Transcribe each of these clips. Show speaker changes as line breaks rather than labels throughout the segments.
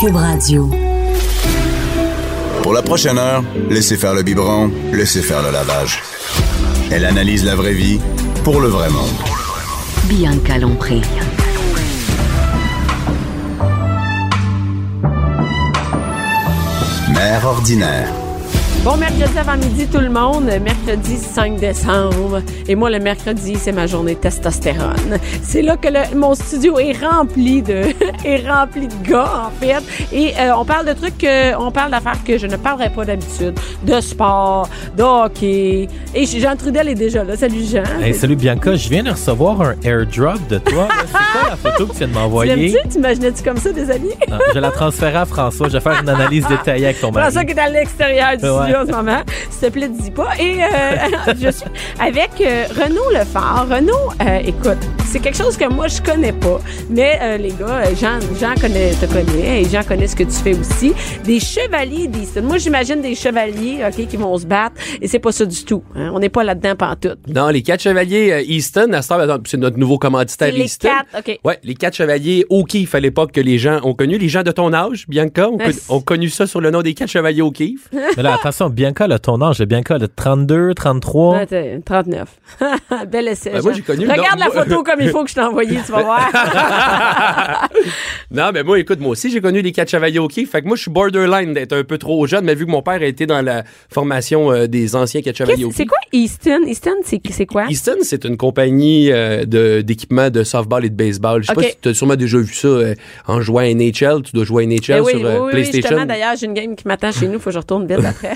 Cube Radio.
Pour la prochaine heure, laissez faire le biberon, laissez faire le lavage. Elle analyse la vraie vie pour le vrai monde.
Bianca Lompré.
Mère ordinaire.
Bon mercredi avant midi tout le monde, mercredi 5 décembre. Et moi le mercredi, c'est ma journée de testostérone. C'est là que le- mon studio est rempli de est rempli de gars en fait. Et euh, on parle de trucs que on parle d'affaires que je ne parlerai pas d'habitude, de sport, de hockey. Et Jean Trudel est déjà là. Salut Jean.
Hey, salut Bianca, je viens de recevoir un airdrop de toi. là. C'est quoi la photo que tu viens de
tu
m'envoyer?
l'aimes-tu? T'imaginais-tu comme ça des amis?
Non, je vais la transférer à François. Je vais faire une analyse détaillée avec ton mari.
François qui est à l'extérieur du
Ouais.
studio en ce moment. S'il te plaît, dis pas. Et euh, je suis avec euh, Renaud Lefort. Renaud, euh, écoute, c'est quelque chose que moi, je connais pas. Mais euh, les gars, euh, Jean, Jean connaît, te connaît et Jean connaît ce que tu fais aussi. Des chevaliers d'Easton. Moi, j'imagine des chevaliers ok, qui vont se battre et c'est pas ça du tout. hein. On n'est pas là-dedans pantoute.
Non, les quatre chevaliers euh, Easton, à cette heure, attends, c'est notre nouveau commanditaire
C'est les
Easton.
quatre, OK.
Ouais, les quatre chevaliers O'Keefe à l'époque que les gens ont connu. Les gens de ton âge, Bianca, ont, con-
Merci.
ont connu ça sur le nom des quatre chevaliers O'Keefe.
Mais là, attention, Bianca, là, ton âge, Bianca, le 32, 33.
Ah, t'es- 39. Bel essai.
Ben, moi,
Jean.
j'ai connu- Ah,
Regarde
non,
la
moi-
photo comme il faut que je t'ai envoyée, tu vas voir.
non, mais moi, écoute, moi aussi, j'ai connu les quatre chevaliers O'Keefe. Fait que moi, je suis borderline d'être un peu trop jeune, mais vu que mon père a été dans la formation euh, des anciens quatre chevaliers
Qu'est-ce-
O'Keefe.
C'est quoi hein? Easton? Easton, c'est c'est quoi?
Easton, c'est une compagnie euh, de- d'équipements de, softball et de baseball. Je sais
OK.
pas si tu as sûrement déjà vu ça euh, en jouant à NHL. Tu dois jouer à NHL
Eh oui,
sur euh,
oui, oui,
PlayStation.
justement, d'ailleurs, j'ai une game qui m'attend chez nous. Faut que je retourne vite après.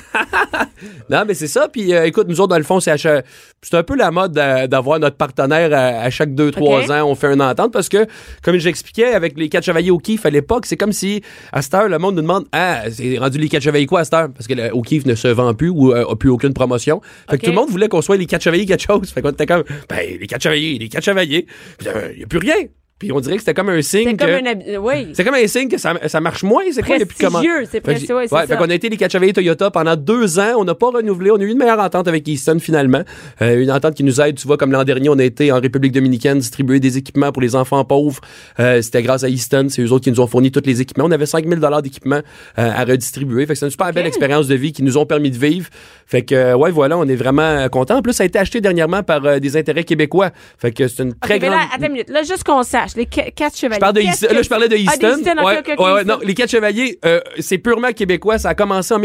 Non, mais c'est ça. Puis euh, écoute, nous autres, dans le fond, c'est à chaque- c'est un peu la mode euh, d'avoir notre partenaire à, à chaque 2-3
Ok.
ans. On fait une entente parce que, comme j'expliquais avec les quatre chevaliers O'Keefe à l'époque, c'est comme si à cette heure, le monde nous demande Ah, c'est rendu les quatre chevaliers quoi à cette heure Parce que le O'Keefe ne se vend plus ou euh, a plus aucune promotion. Fait
Ok.
que tout le monde voulait qu'on soit les quatre chevaliers quelque chose. Fait qu'on était comme Ben, les quatre chevaliers, les quatre chevaliers. Puis il n'y a plus rien. Puis on dirait que c'était comme un signe.
C'est comme
que-
un hab- euh, Oui.
c'est comme un signe que ça, ça marche moins. C'est quoi depuis comment?
Prestigieux, c'est
Fait que
presti-
j'ai-
ouais, c'est ça.
fait qu'on a été les quatre chevaliers Toyota pendant deux ans. On n'a pas renouvelé. On a eu une meilleure entente avec Easton finalement. Euh, une entente qui nous aide. Tu vois, comme l'an dernier, on a été en République dominicaine distribuer des équipements pour les enfants pauvres. Euh, C'était grâce à Easton. C'est eux autres qui nous ont fourni tous les équipements. On avait 5000 dollars d'équipements euh, à redistribuer. Fait que c'est une super belle expérience de vie qui nous ont permis de vivre. Fait que, euh, ouais, voilà, on est vraiment contents. En plus, ça a été acheté dernièrement par euh, des intérêts québécois. Fait que c'est une
Ok,
très
mais
grande.
là, attends une minute. Là, juste qu'on sache, les qu- quatre chevaliers.
Je parle de
qu'est-ce
Easton.
que
Là, je parlais de
c'est? Ah,
Easton.
d'Easton, ok,
ouais,
ok, ok,
ouais, ouais,
Easton.
non, les quatre chevaliers, euh, c'est purement québécois. Ça a commencé en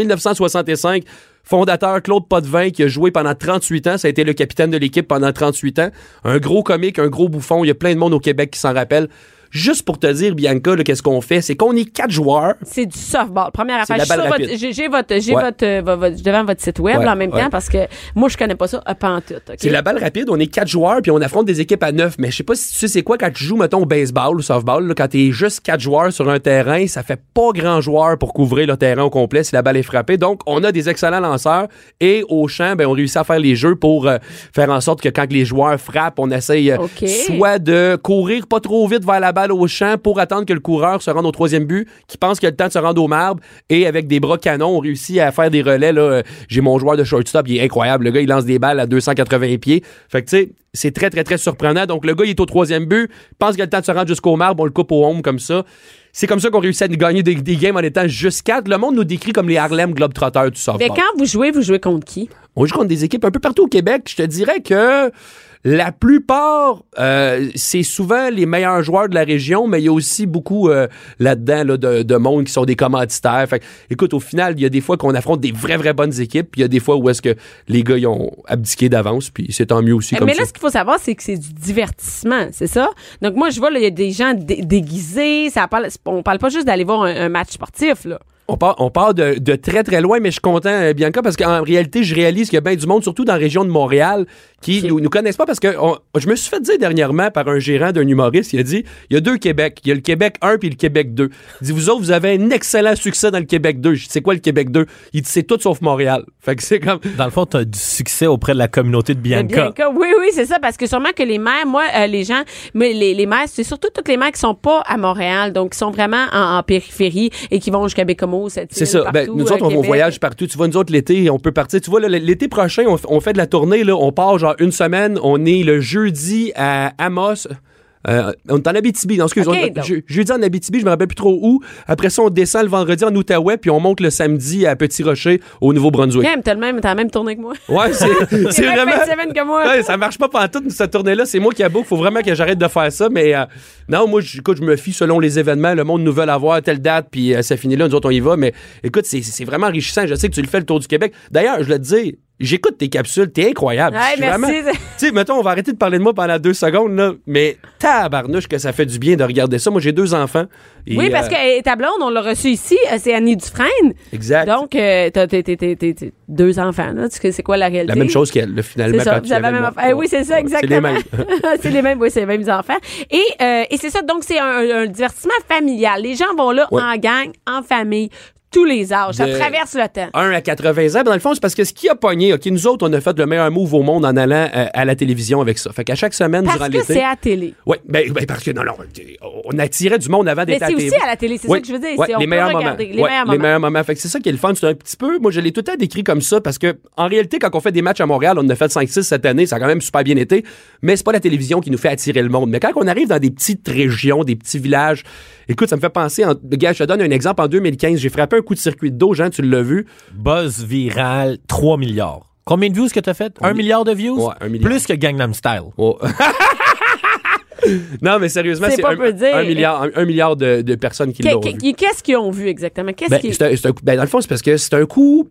1965. Fondateur Claude Potvin qui a joué pendant 38 ans, ça a été le capitaine de l'équipe pendant 38 ans. Un gros comique, un gros bouffon. Il y a plein de monde au Québec qui s'en rappelle. Juste pour te dire, Bianca, là, qu'est-ce qu'on fait, c'est qu'on est quatre joueurs.
C'est du softball. Première
C'est
affaire. Je
de la
suis
balle
sur votre-
rapide.
J'ai j'ai votre, j'ai
Ouais.
votre, euh, vo- votre- devant votre site web
Ouais,
là, en même
ouais.
temps parce que moi, je connais pas ça euh, pantoute. ok?
C'est la balle rapide, on est quatre joueurs, puis on affronte des équipes à neuf. Mais je sais pas si tu sais c'est quoi quand tu joues, mettons, au baseball ou softball, là, quand t'es juste quatre joueurs sur un terrain, ça fait pas grand joueur pour couvrir le terrain au complet si la balle est frappée. Donc, on a des excellents lanceurs et au champ, ben, on réussit à faire les jeux pour euh, faire en sorte que quand les joueurs frappent, on essaye euh,
OK.
soit de courir pas trop vite vers la balle au champ pour attendre que le coureur se rende au troisième but, qui pense qu'il a le temps de se rendre au marbre, et avec des bras canons, on réussit à faire des relais. Là, Euh, j'ai mon joueur de shortstop, il est incroyable. Le gars, il lance des balles à 280 pieds. Fait que, tu sais, c'est très, très, très surprenant. Donc, le gars, il est au troisième but, pense qu'il a le temps de se rendre jusqu'au marbre, on le coupe au home comme ça. C'est comme ça qu'on réussit à gagner des, des games en étant juste quatre. Le monde nous décrit comme les Harlem Globetrotters du
Mais
softball.
quand vous jouez, vous jouez contre qui?
On joue contre des équipes un peu partout au Québec. Je te dirais que la plupart, euh, c'est souvent les meilleurs joueurs de la région, mais il y a aussi beaucoup euh, là-dedans là, de, de monde qui sont des commanditaires. Fait que, écoute, au final, il y a des fois qu'on affronte des vraies, vraies bonnes équipes, puis il y a des fois où est-ce que les gars ils ont abdiqué d'avance, puis c'est tant mieux aussi
Eh,
comme
mais
ça.
là, ce qu'il faut savoir, c'est que c'est du divertissement, c'est ça? Donc, moi, je vois, là, il y a des gens dé- déguisés. Ça parle, on parle pas juste d'aller voir un, un match sportif, là.
On part, on part de, de très, très loin, mais je suis content, euh, Bianca, parce qu'en réalité, je réalise qu'il y a bien du monde, surtout dans la région de Montréal, qui nous, nous connaissent pas parce que on- je me suis fait dire dernièrement par un gérant d'un humoriste, il a dit il y a deux Québec, il y a le Québec 1 puis le Québec 2. Il dit vous autres vous avez un excellent succès dans le Québec 2. Je dis c'est quoi le Québec 2 Il dit c'est tout sauf Montréal. Fait que c'est comme
Dans le fond, t'as du succès auprès de la communauté de Bianca.
Bianca, Oui, oui, c'est ça, parce que sûrement que les mères, moi, euh, les gens, mais les, les mères, c'est surtout toutes les mères qui sont pas à Montréal, donc qui sont vraiment en, en périphérie et qui vont jusqu'à Bécomo, cette
C'est
île,
ça. Ben,
partout,
nous
euh,
autres, on va
Québec.
on voyage partout. Tu vois, nous autres, l'été, on peut partir. Tu vois, là, l'été prochain, on, f- on fait de la tournée. Là, on part genre une semaine. On est le jeudi à Amos. Euh, on est en Abitibi, non, excuse,
Ok,
on-
donc.
je- jeudi en Abitibi, je me rappelle plus trop où. Après ça, on descend le vendredi en Outaouais, puis on monte le samedi à Petit Rocher au Nouveau-Brunswick.
Même, t'as le même, t'as la même tournée que moi.
Ouais, c'est c'est
la même
vraiment.
fin de semaine que moi.
Ouais, ça marche pas pantoute, cette tournée-là. C'est moi qui aboue. Faut vraiment que j'arrête de faire ça. Mais euh, non, moi, j- écoute, je me fie selon les événements. Le monde nous veut avoir telle date, puis euh, ça finit là. Nous autres, on y va. Mais écoute, c'est- c'est vraiment enrichissant. Je sais que tu le fais le tour du Québec. D'ailleurs, je le dis. J'écoute tes capsules, t'es incroyable.
Ouais,
Je suis
merci.
Vraiment... Tu sais, mettons, on va arrêter de parler de moi pendant deux secondes, là, mais tabarnouche que ça fait du bien de regarder ça. Moi, j'ai deux enfants. et,
oui, parce
euh,
que euh, ta blonde, on l'a reçue ici, euh, c'est Annie Dufresne.
Exact.
Donc, euh, t'as t'es- t'es- t'es- t'es- t'es deux enfants, là. Tu sais, c'est quoi la réalité?
la même chose qu'elle, là, finalement.
C'est ça,
quand
vous
tu
avez la même
l'avais, moi.
affaire. Eh oui, c'est ça,
Ouais,
exactement.
C'est les mêmes.
c'est les mêmes, oui, c'est les mêmes enfants. Et, euh, et c'est ça, donc c'est un, un divertissement familial. Les gens vont là
Ouais.
en gang, en famille, tous les âges. Ça
De-
traverse le temps.
un à 80 ans. Ben, Dans le fond, c'est parce que ce qui a pogné, OK, nous autres, on a fait le meilleur move au monde en allant euh, à la télévision avec ça. Fait qu'à chaque semaine
Parce
durant
que
l'été.
c'est à la télé.
Oui, ben, ben, parce que non, non, on attirait du monde avant
Mais
d'être à
c'est
la
aussi
TV.
à la télé, c'est
Ouais,
ça que je veux dire.
ouais,
c'est- on
les
peut
meilleurs moments.
regarder, Les
Ouais,
meilleurs moments.
Fait que c'est ça qui est le fun. C'est un petit peu. Moi, je l'ai tout le temps décrit comme ça parce que, en réalité, quand on fait des matchs à Montréal, on en a fait 5-6 cette année. Ça a quand même super bien été. Mais c'est pas la télévision qui nous fait attirer le monde. Mais quand on arrive dans des petites régions, des petits villages, écoute, ça me fait penser. En... Gars, je te donne un exemple. En 2015, j'ai frappé un coup de circuit d'eau. Jean, tu l'as vu.
Buzz viral, 3 milliards. Combien de views que t'as fait? Un milliard de views?
Ouais, un milliard.
Plus que Gangnam Style.
Oh. non, mais sérieusement,
C'est
c'est
pas
un,
peu dire.
un milliard, un, un milliard de, de personnes qui l'ont
Qu'est-
vu.
qu'est- Qu'est-ce qu'ils ont vu exactement? Qu'est-ce
Ben,
qui-
c'est un- c'est un coup- ben, dans le fond, c'est parce que c'est un coup.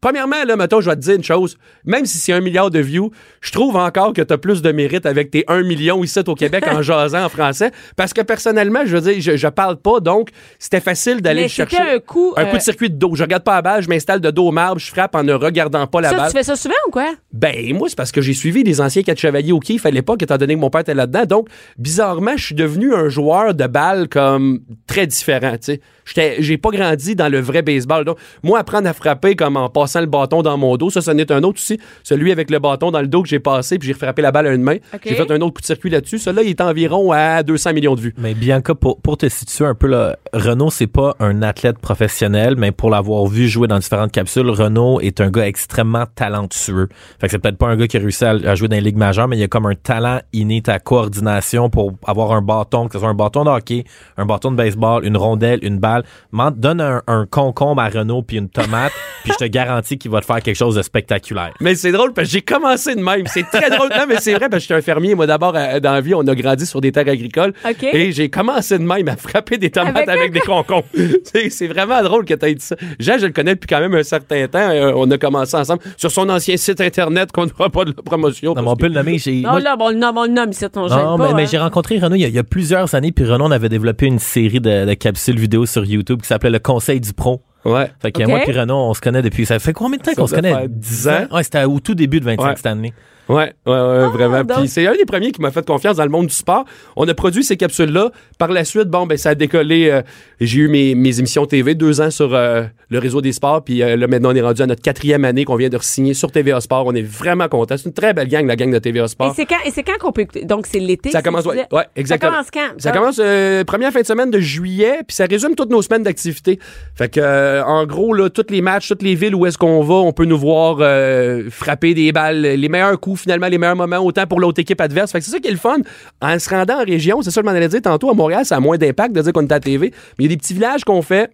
Premièrement, là, mettons, je vais te dire une chose. Même si c'est un milliard de views, je trouve encore que t'as plus de mérite avec tes 1 million ici au Québec en jasant en français. Parce que personnellement, je veux dire, je, je parle pas, donc c'était facile
Mais
d'aller le
c'était
chercher.
un coup,
Un
euh,
coup de circuit de dos. Je regarde pas la balle, je m'installe de dos au marbre, je frappe en ne regardant pas la
Ça,
balle.
tu fais ça souvent ou quoi?
Ben, moi, c'est parce que j'ai suivi des anciens quatre chevaliers au kiff à l'époque, étant donné que mon père était là-dedans. Donc, bizarrement, je suis devenu un joueur de balle comme très différent, tu sais. J'étais- J'ai pas grandi dans le vrai baseball. Donc, moi, apprendre à frapper comme en passant le bâton dans mon dos, ça, ça n'est un autre aussi. Celui avec le bâton dans le dos que j'ai passé, puis j'ai frappé la balle à une main.
Ok.
J'ai fait un autre coup de circuit là-dessus. Celui-là, il est environ à 200 millions de vues.
Mais Bianca, pour, pour te situer un peu, là, Renaud, c'est pas un athlète professionnel, mais pour l'avoir vu jouer dans différentes capsules, Renaud est un gars extrêmement talentueux. Fait que c'est peut-être pas un gars qui a réussi à, à jouer dans les ligues majeures, mais il a comme un talent inné à coordination pour avoir un bâton, que ce soit un bâton de hockey, un bâton de baseball, une rondelle, une balle. M'en- Donne un, un concombre à Renaud puis une tomate, puis je te garantis qu'il va te faire quelque chose de spectaculaire.
Mais c'est drôle parce que j'ai commencé de même. C'est très drôle. Non, mais c'est vrai parce que j'étais un fermier. Moi, d'abord, à- dans la vie, on a grandi sur des terres agricoles.
OK.
Et j'ai commencé de même à frapper des tomates
Avec
avec,
un
des concombres. c'est c'est vraiment drôle que tu dit ça. Jean, je le connais depuis quand même un certain temps. Euh, on a commencé ensemble sur son ancien site Internet qu'on ne fera pas de la promotion.
Non, mais
parce
on peut le nommer. j'ai-
Non,
moi,
là, bon, on le nomme, on le nomme ici, on
Non,
gêne
mais,
pas.
mais
hein.
j'ai rencontré Renaud il y, a, il y a plusieurs années, puis Renaud on avait développé une série de, de capsules vidéo sur YouTube qui s'appelait Le Conseil du Pro.
que- Ouais.
Fait que
Ok.
moi puis Renaud, on se connaît depuis. Ça fait combien de temps
Ça
qu'on se
doit
connaît
faire
10
10
ans?
ans?
Ouais, c'était au tout début de 25
Ouais.
cette année.
Ouais, ouais, ouais, vraiment.
Ah, donc-
Puis c'est un des premiers qui m'a fait confiance dans le monde du sport. On a produit ces capsules-là. Par la suite, bon, ben ça a décollé. euh, J'ai eu mes, mes émissions TV deux ans sur euh, le réseau des sports. Puis euh, là, maintenant, on est rendu à notre quatrième année qu'on vient de signer sur TVA Sport. On est vraiment contents. C'est une très belle gang, la gang de TVA
Et
Sport.
c'est quand, et c'est quand qu'on peut écouter? Donc, c'est l'été.
Ça
si
commence,
tu
ouais,
disais.
ouais, exactement.
Ça commence quand?
Ça
Donc,
commence euh, première fin de semaine de juillet, puis ça résume toutes nos semaines d'activité. Fait que, euh, en gros, là, tous les matchs, toutes les villes où est-ce qu'on va, on peut nous voir euh, frapper des balles, les meilleurs coups, finalement, les meilleurs moments, autant pour l'autre équipe adverse. Fait que c'est ça qui est le fun. En se rendant en région, c'est ça que je m'en allais dire tantôt, à Montréal, ça a moins d'impact de dire qu'on est à la TV, mais il y a des petits villages qu'on fait.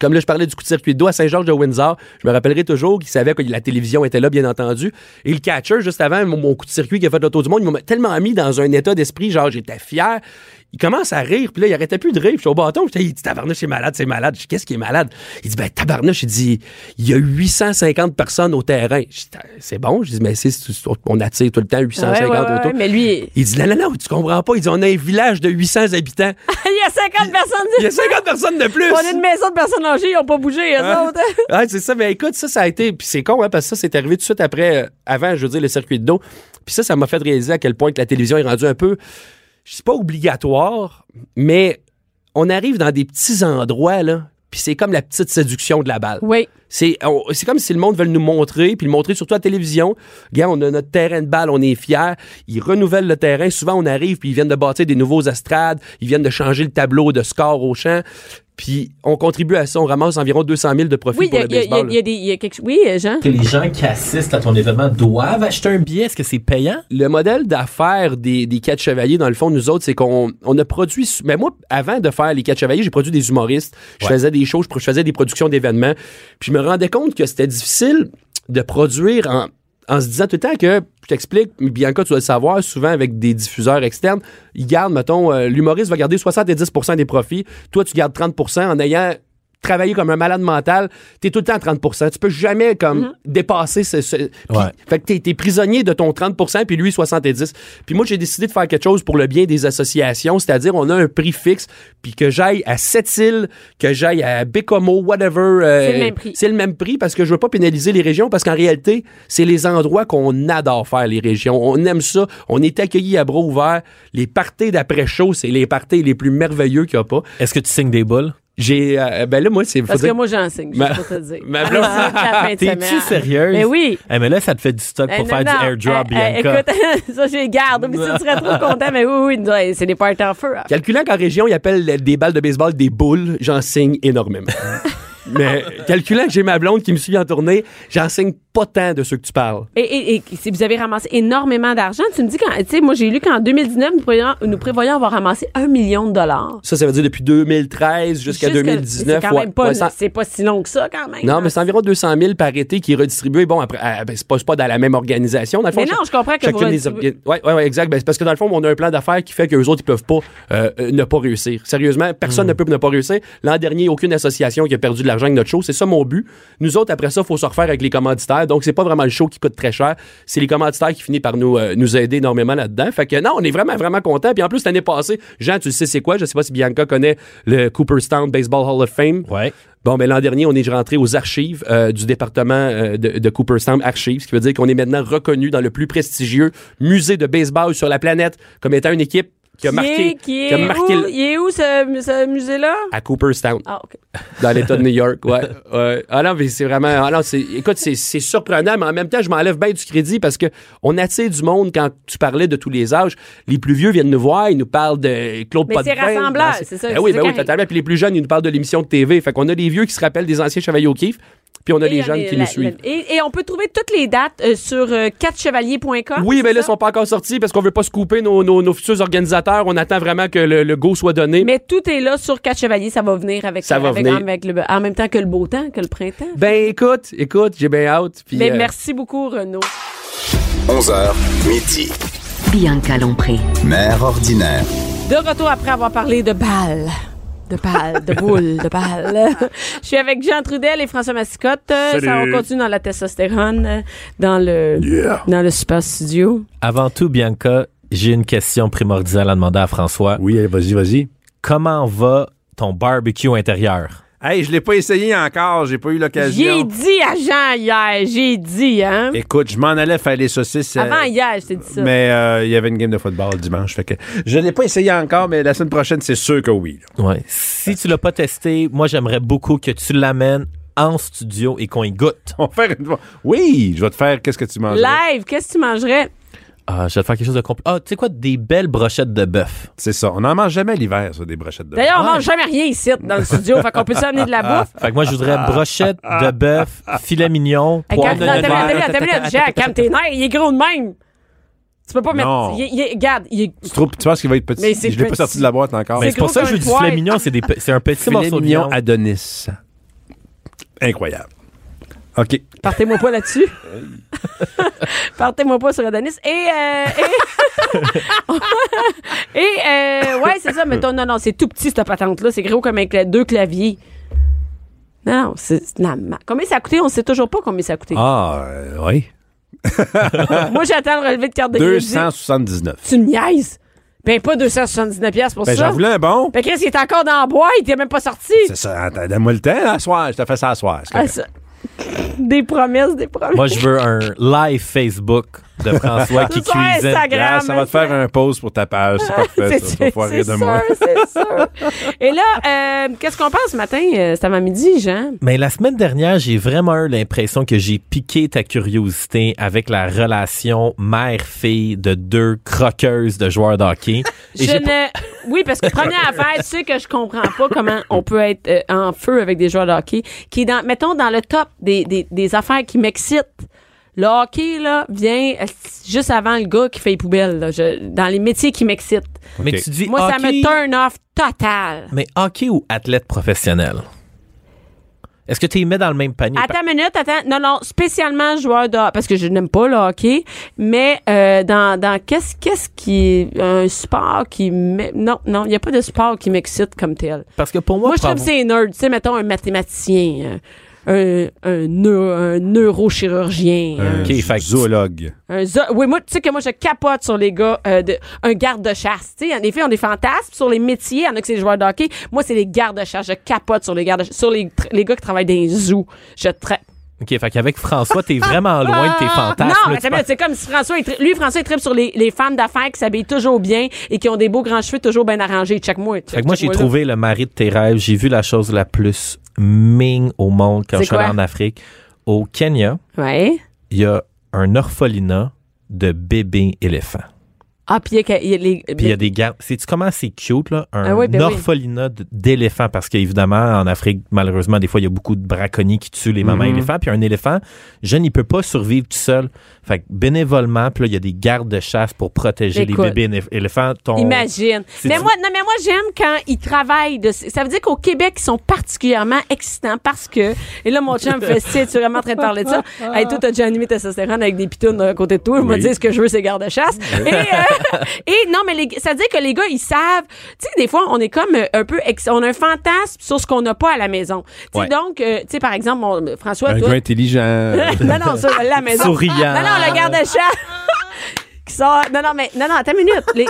Comme là, je parlais du coup de circuit d'eau à Saint-Georges-de-Windsor. Je me rappellerai toujours qu'il savait que la télévision était là, bien entendu. Et le catcher, juste avant mon, mon coup de circuit qui a fait le tour du monde, il m'a tellement mis dans un état d'esprit, genre, j'étais fier. Il commence à rire, puis là, il arrêtait plus de rire. Puis je suis au bâton, puis il dit Tabarnouche, c'est malade, c'est malade. Je dis Qu'est-ce qui est malade Il dit Ben, Tabarnouche, il dit Il y a 850 personnes au terrain. Je dis, Ah, C'est bon, je dis Mais c'est, c'est- on attire tout le temps 850
Ouais, ouais, ouais,
autour.
mais lui,
Il dit Non, non, non, tu comprends pas. Il dit On a un village de 800 habitants.
il y a 50 personnes.
Il y a 50 personnes de plus.
On a une maison de personnes âgées, ils n'ont pas bougé, eux
Hein?
autres.
Ouais, c'est ça. Mais écoute, ça, ça a été. Puis c'est con, hein, parce que ça, c'est arrivé tout de suite après, euh, avant, je veux dire, le circuit de dos. Puis ça, ça m'a fait réaliser à quel point que la télévision est rendue un peu. Je sais pas obligatoire, mais on arrive dans des petits endroits, là. Puis c'est comme la petite séduction de la balle.
Oui.
C'est, on- c'est comme si le monde veut nous montrer, puis le montrer surtout à la télévision. Regarde, on a notre terrain de balle, on est fiers. Ils renouvellent le terrain. Souvent, on arrive, puis ils viennent de bâtir des nouveaux estrades. Ils viennent de changer le tableau de score au champ. Puis on contribue à ça. On ramasse environ 200 000 de profits
Oui, il
pour
y a,
le
il y a- il y a-
baseball.
il y a des. il y a quelque... Oui, Jean?
Que les gens qui assistent à ton événement doivent acheter un billet, est-ce que c'est payant?
le modèle d'affaires des, des quatre chevaliers, dans le fond, nous autres, c'est qu'on on a produit. su- Mais moi, avant de faire les quatre chevaliers, j'ai produit des humoristes. Je
Ouais.
faisais des shows, je, pro- je faisais des productions d'événements. Puis je me rendais compte que c'était difficile de produire en, en se disant tout le temps que, je t'explique, mais Bianca, tu dois le savoir, souvent avec des diffuseurs externes, ils gardent, mettons, euh, l'humoriste va garder 70 des profits. Toi, tu gardes 30 en ayant travaillé comme un malade mental, t'es tout le temps à 30 Tu peux jamais comme dépasser ce, ce- puis-
Mm-hmm. Ouais.
fait que t'es, t'es prisonnier de ton 30 puis lui 70. Puis moi j'ai décidé de faire quelque chose pour le bien des associations, c'est-à-dire on a un prix fixe, puis que j'aille à Sept-Îles, que j'aille à Bécomo, whatever. euh,
C'est le même prix.
C'est le même prix parce que je veux pas pénaliser les régions parce qu'en réalité c'est les endroits qu'on adore faire les régions. On aime ça, on est accueillis à bras ouverts. Les parties d'après show c'est les parties les plus merveilleux qu'il y a pas.
Est-ce que tu signes des boules?
J'ai euh, ben là moi c'est
Parce
faudrait-
que moi, j'enseigne, je
Ma-
peux te le dire.
Ma-
Alors, toute la fin de
T'es-tu
semaine.
sérieuse?
Mais oui.
Eh, mais là, ça te fait du stock
Eh,
pour
non,
faire
non.
du airdrop,
Eh, eh,
Bianca.
Écoute, ça, j'ai garde. Mais ça, tu serais trop content. Mais oui, oui, nous, eh, c'est des parties en feu. hein.
Calculant qu'en région, ils appellent les- des balles de baseball des boules, j'enseigne énormément. Mais calculant que j'ai ma blonde qui me suit en tournée, j'enseigne pas tant de ceux que tu parles.
Et, et, et si vous avez ramassé énormément d'argent, tu me dis quand, tu sais, moi j'ai lu qu'en 2019 nous prévoyons, nous prévoyons avoir ramassé un million de dollars.
Ça, ça veut dire depuis 2013 jusqu'à
Jusque-
2019.
C'est quand
ouais,
même pas,
ouais, cent-
c'est pas si long que ça quand même.
non, mais c'est environ 200 000 par été qui est redistribué. Bon, après, ah, ben, c'est pas, c'est pas dans la même organisation. Dans le fond,
Mais non,
chaque-
je comprends que
chacune
vous
des
redistribuez-
orga- ouais, ouais, ouais, exact. Ben, c'est parce que dans le fond, on a un plan d'affaires qui fait que les autres, ils peuvent pas euh, euh, ne pas réussir. Sérieusement, personne ne peut ne pas réussir. L'an dernier, aucune association qui a perdu de l'argent avec notre show. C'est ça mon but. Nous autres, après ça, faut se refaire avec les commanditaires. Donc, c'est pas vraiment le show qui coûte très cher. C'est les commanditaires qui finissent par nous, euh, nous aider énormément là-dedans. Fait que non, on est vraiment, vraiment contents. Puis en plus, l'année passée, Jean, tu le sais, c'est quoi? Je sais pas si Bianca connaît le Cooperstown Baseball Hall of Fame.
Ouais.
Bon, ben, l'an dernier, on est rentré aux archives euh, du département euh, de, de Cooperstown Archives, ce qui veut dire qu'on est maintenant reconnu dans le plus prestigieux musée de baseball sur la planète comme étant une équipe qui a
Qui est-
marqué,
qui
qui a
est
marqué
où,
le-
il est où ce, ce musée-là?
à Cooperstown,
Ah, OK.
dans l'État de New York. Ouais, ouais. Ah non, mais c'est vraiment. Ah non, c'est, écoute, c'est, c'est surprenant, mais en même temps, je m'enlève bien du crédit parce que on attire du monde quand tu parlais de tous les âges. Les plus vieux viennent nous voir, ils nous parlent de Claude
Mais c'est
Potvin.
rassembleur,
Ben,
c'est ça,
Ben
c'est
oui,
ça qui
ben oui,
arrive.
totalement. Puis les plus jeunes, ils nous parlent de l'émission de TV. Fait qu'on a les vieux qui se rappellent des anciens chevaliers au kiff, puis on a
Et il y
les
en
jeunes
a
qui
la-
nous suivent.
la- Et, et on peut trouver toutes les dates euh, sur euh, 4chevaliers.com.
Oui, mais là, ils
Ah, c'est
sont pas encore sortis parce qu'on veut pas se couper nos, nos, nos futurs organisateurs. On attend vraiment que le, le go soit donné.
ça? Mais tout est là sur 4 chevaliers, ça va venir avec, euh,
Ça va
avec-
venir.
avec le, en même temps que le beau temps, que le printemps.
Ben écoute, écoute, j'ai bien hâte. puis,
Mais
euh,
merci beaucoup Renaud.
11h, midi.
Bianca Lompré.
Mère ordinaire.
De retour après avoir parlé de balles. De balles, de boules, de balles. Je suis avec Jean Trudel et François Massicotte. Euh, Ça, on continue dans la testostérone, euh, dans le, dans le super studio.
Avant tout, Bianca, j'ai une question primordiale à demander à François.
Oui,
eh,
allez, vas-y, vas-y.
Comment va ton barbecue intérieur?
Hey, je l'ai pas essayé encore, j'ai pas eu
J'ai
l'occasion.
dit à Jean hier, j'ai dit, hein.
Écoute, je m'en allais faire les saucisses. euh,
Avant hier, je t'ai dit ça.
Mais euh, il y avait une game de football dimanche, fait que je l'ai pas essayé encore, mais la semaine prochaine, c'est sûr que oui. là.
Ouais. Si tu l'as pas testé, moi, j'aimerais beaucoup que tu l'amènes en studio et qu'on y goûte.
On va faire une fois. Oui, je vais te faire. Qu'est-ce que tu manges
Live, qu'est-ce que tu mangerais?
Ah, je vais te faire quelque chose de complet. Ah, tu sais quoi? Des belles brochettes de bœuf.
C'est ça. On n'en mange jamais l'hiver, ça, des brochettes de.
D'ailleurs, on
Ouais.
mange jamais rien ici, dans le studio. fait qu'on peut s'amener de la bouffe.
Fait que moi, je voudrais brochettes de bœuf, filet mignon,
Hey, calme-
poivre de
Attends, attends,
Nevada.
attends, attends, attends, Jean, calme tes nerfs, il est gros de même. Tu peux pas mettre.
Non.
il est- il est- Regarde, il est
Tu, trouves- tu penses qu'il va être petit?
Mais c'est
je l'ai pas
petit.
sorti de la boîte encore.
Mais
C'est
c'est pour
gros
ça que je
comme
dis
une
filet
poire.
mignon, c'est des pe- c'est un petit
Filet
morceau de
mignon
viande.
Adonis. Incroyable. OK.
Partez-moi pas là-dessus. Partez-moi pas sur Adonis. Et, euh, et, et euh, ouais, c'est ça, mettons, non, non, c'est tout petit, cette patente-là. C'est gros comme un cla- deux claviers. Non, non, c'est c'est de la ma- Combien ça a coûté? On sait toujours pas combien ça a coûté.
Ah, euh, oui. Ah.
Moi, j'attends le relevé de carte de crédit.
279.
Tu me niaises? Ben, pas 279$ piastres pour
Ben,
ça.
j'en voulais un bon.
Ben, Chris, il est encore dans la boîte, il est même pas sorti.
C'est ça. Attends, Donne-moi le temps, là, à soir. Je te fais ça à soir. c'est
Ah,
correct.
ça- Des promesses, des promesses.
Moi, je veux un live Facebook de François qui
Sur
cuisine.
Instagram.
Ah, ça va te faire un pause pour ta page. C'est parfait. ça. Tu vas pouvoir rire de moi.
sûr, c'est sûr. Et là, euh, qu'est-ce qu'on pense ce matin? euh, C'est avant midi, Jean.
Mais la semaine dernière, j'ai vraiment eu l'impression que j'ai piqué ta curiosité avec la relation mère-fille de deux croqueuses de joueurs de hockey. Et
Je
j'ai
ne...
pas-
Oui, parce que première affaire, tu sais que je comprends pas comment on peut être euh, en feu avec des joueurs de hockey qui est dans, mettons, dans le top des, des, des affaires qui m'excitent. Le hockey, là, vient euh, juste avant le gars qui fait les poubelles, là, je- dans les métiers qui m'excitent.
Mais
Ok.
tu dis
Moi, ça me
hockey,
turn off total.
mais hockey ou athlète professionnel? Est-ce que tu les mets dans le même panier?
Attends une minute, attends. Non, non, spécialement joueur de parce que je n'aime pas le hockey, mais euh, dans, dans qu'est-ce qu'est-ce qui un sport qui m'e- non non, il y a pas de sport qui m'excite comme tel.
Parce que pour moi,
Moi, je trouve que
prendre-
c'est nerd, tu sais mettons un mathématicien, euh, un, un, neu- un neurochirurgien,
Un
un-
Ok, fait que-
zoologue.
un zo- oui, moi, tu sais que moi, je capote sur les gars, euh, de, un garde de chasse. Tu sais, en effet, on est fantasmes sur les métiers. Il y en a que c'est les joueurs de hockey. Moi, c'est les gardes de chasse. Je capote sur les gardes de chasse. Sur les, tr- les gars qui travaillent dans les zoos. Je tra-
OK, fait qu'avec François, t'es vraiment loin de tes
non,
fantasmes. là,
mais
tu
ça veut dire,
parles-
c'est comme si François, il tri- lui, François, il tripe sur les, les femmes d'affaires qui s'habillent toujours bien et qui ont des beaux grands cheveux toujours bien arrangés. Check-moi.
Fait que moi, j'ai
check-moi
trouvé le mari de tes rêves. J'ai vu la chose la plus ming au monde quand
C'est
je suis allé
quoi?
en Afrique. Au Kenya,
là. Ouais.
il y a un orphelinat de bébés éléphants.
Ah, puis il y a que- il y a les.
Puis il y a des gardes. Sais-tu comment c'est cute, là? Un
Ah oui, ben oui.
orphelinat d- d'éléphants. Parce qu'évidemment, en Afrique, malheureusement, des fois, il y a beaucoup de braconniers qui tuent les mamans
Mm-hmm.
Mhm.
éléphants. Puis un éléphant, jeune, il peut pas survivre tout seul. Fait que bénévolement, puis là, il y a des gardes de chasse pour protéger
Écoute.
les bébés éléf- éléphants. Ton...
Imagine.
C'est
Mais
du-
moi, non, mais moi, j'aime quand ils travaillent. De... Ça veut dire qu'au Québec, ils sont particulièrement excitants parce que. Et là, mon chum me fait si, tu es vraiment en train de parler de ça. Hey, toi, t'as déjà animé testostérone avec des pitounes à côté de toi. Moi,
Oui.
dis ce que je veux, c'est garde-chasse. et, euh, et non, mais les... ça veut dire que les gars, ils savent. Tu sais, des fois, on est comme euh, un peu. ex- On a un fantasme sur ce qu'on n'a pas à la maison. Tu sais,
Ouais.
donc, euh, tu sais, par exemple, mon... François,
Un
toi.
gars intelligent.
non, non, ça, la maison.
Souriant.
Non, non, le garde-chasse. qui sort. Non, non, mais. Non, non, attends une minute. Les-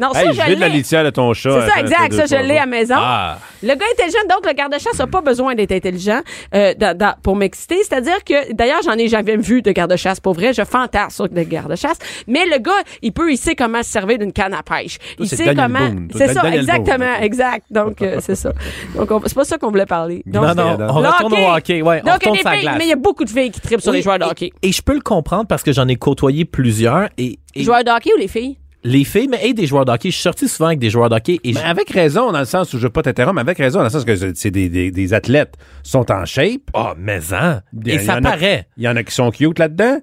Non, ça,
Hey,
je
je veux de la
l'ai.
litière de ton chat.
C'est
Attends,
ça, exact.
deux,
Ça,
trois
je l'ai à
jours.
la maison.
Ah,
Le gars intelligent, donc le garde-chasse n'a pas besoin d'être intelligent euh, dans- dans- pour m'exciter. C'est-à-dire que, d'ailleurs, j'en ai jamais vu de garde-chasse. Pour vrai, je fantasme sur le garde-chasse. Mais le gars, il peut, il sait comment se servir d'une canne à pêche. il
c'est
sait
Daniel
comment.
Boone. Toi,
C'est
Dan-
ça,
Daniel Boone.
exactement, exact. Donc, euh, c'est ça. Donc, on- c'est pas ça qu'on voulait parler. Donc, euh,
Non, non, on
le
retourne au hockey. Ouais,
Donc, il
on
y a
retourne
des
sa
filles,
glace.
mais il y a beaucoup de filles qui tripent sur les
Oui,
joueurs de
et-
hockey.
Et, je peux le comprendre parce que j'en ai côtoyé plusieurs et, et
Joueurs de hockey ou les filles?
les filles, mais et des joueurs de hockey. Je suis sorti souvent avec des joueurs de hockey et
Mais
je-
avec raison, dans le sens où je veux pas t'interrompre, mais avec raison, dans le sens que c'est des, des, des athlètes sont en shape.
oh mais hein,
Il y
et
en
ça
a-
paraît.
Il y en a qui sont cute là-dedans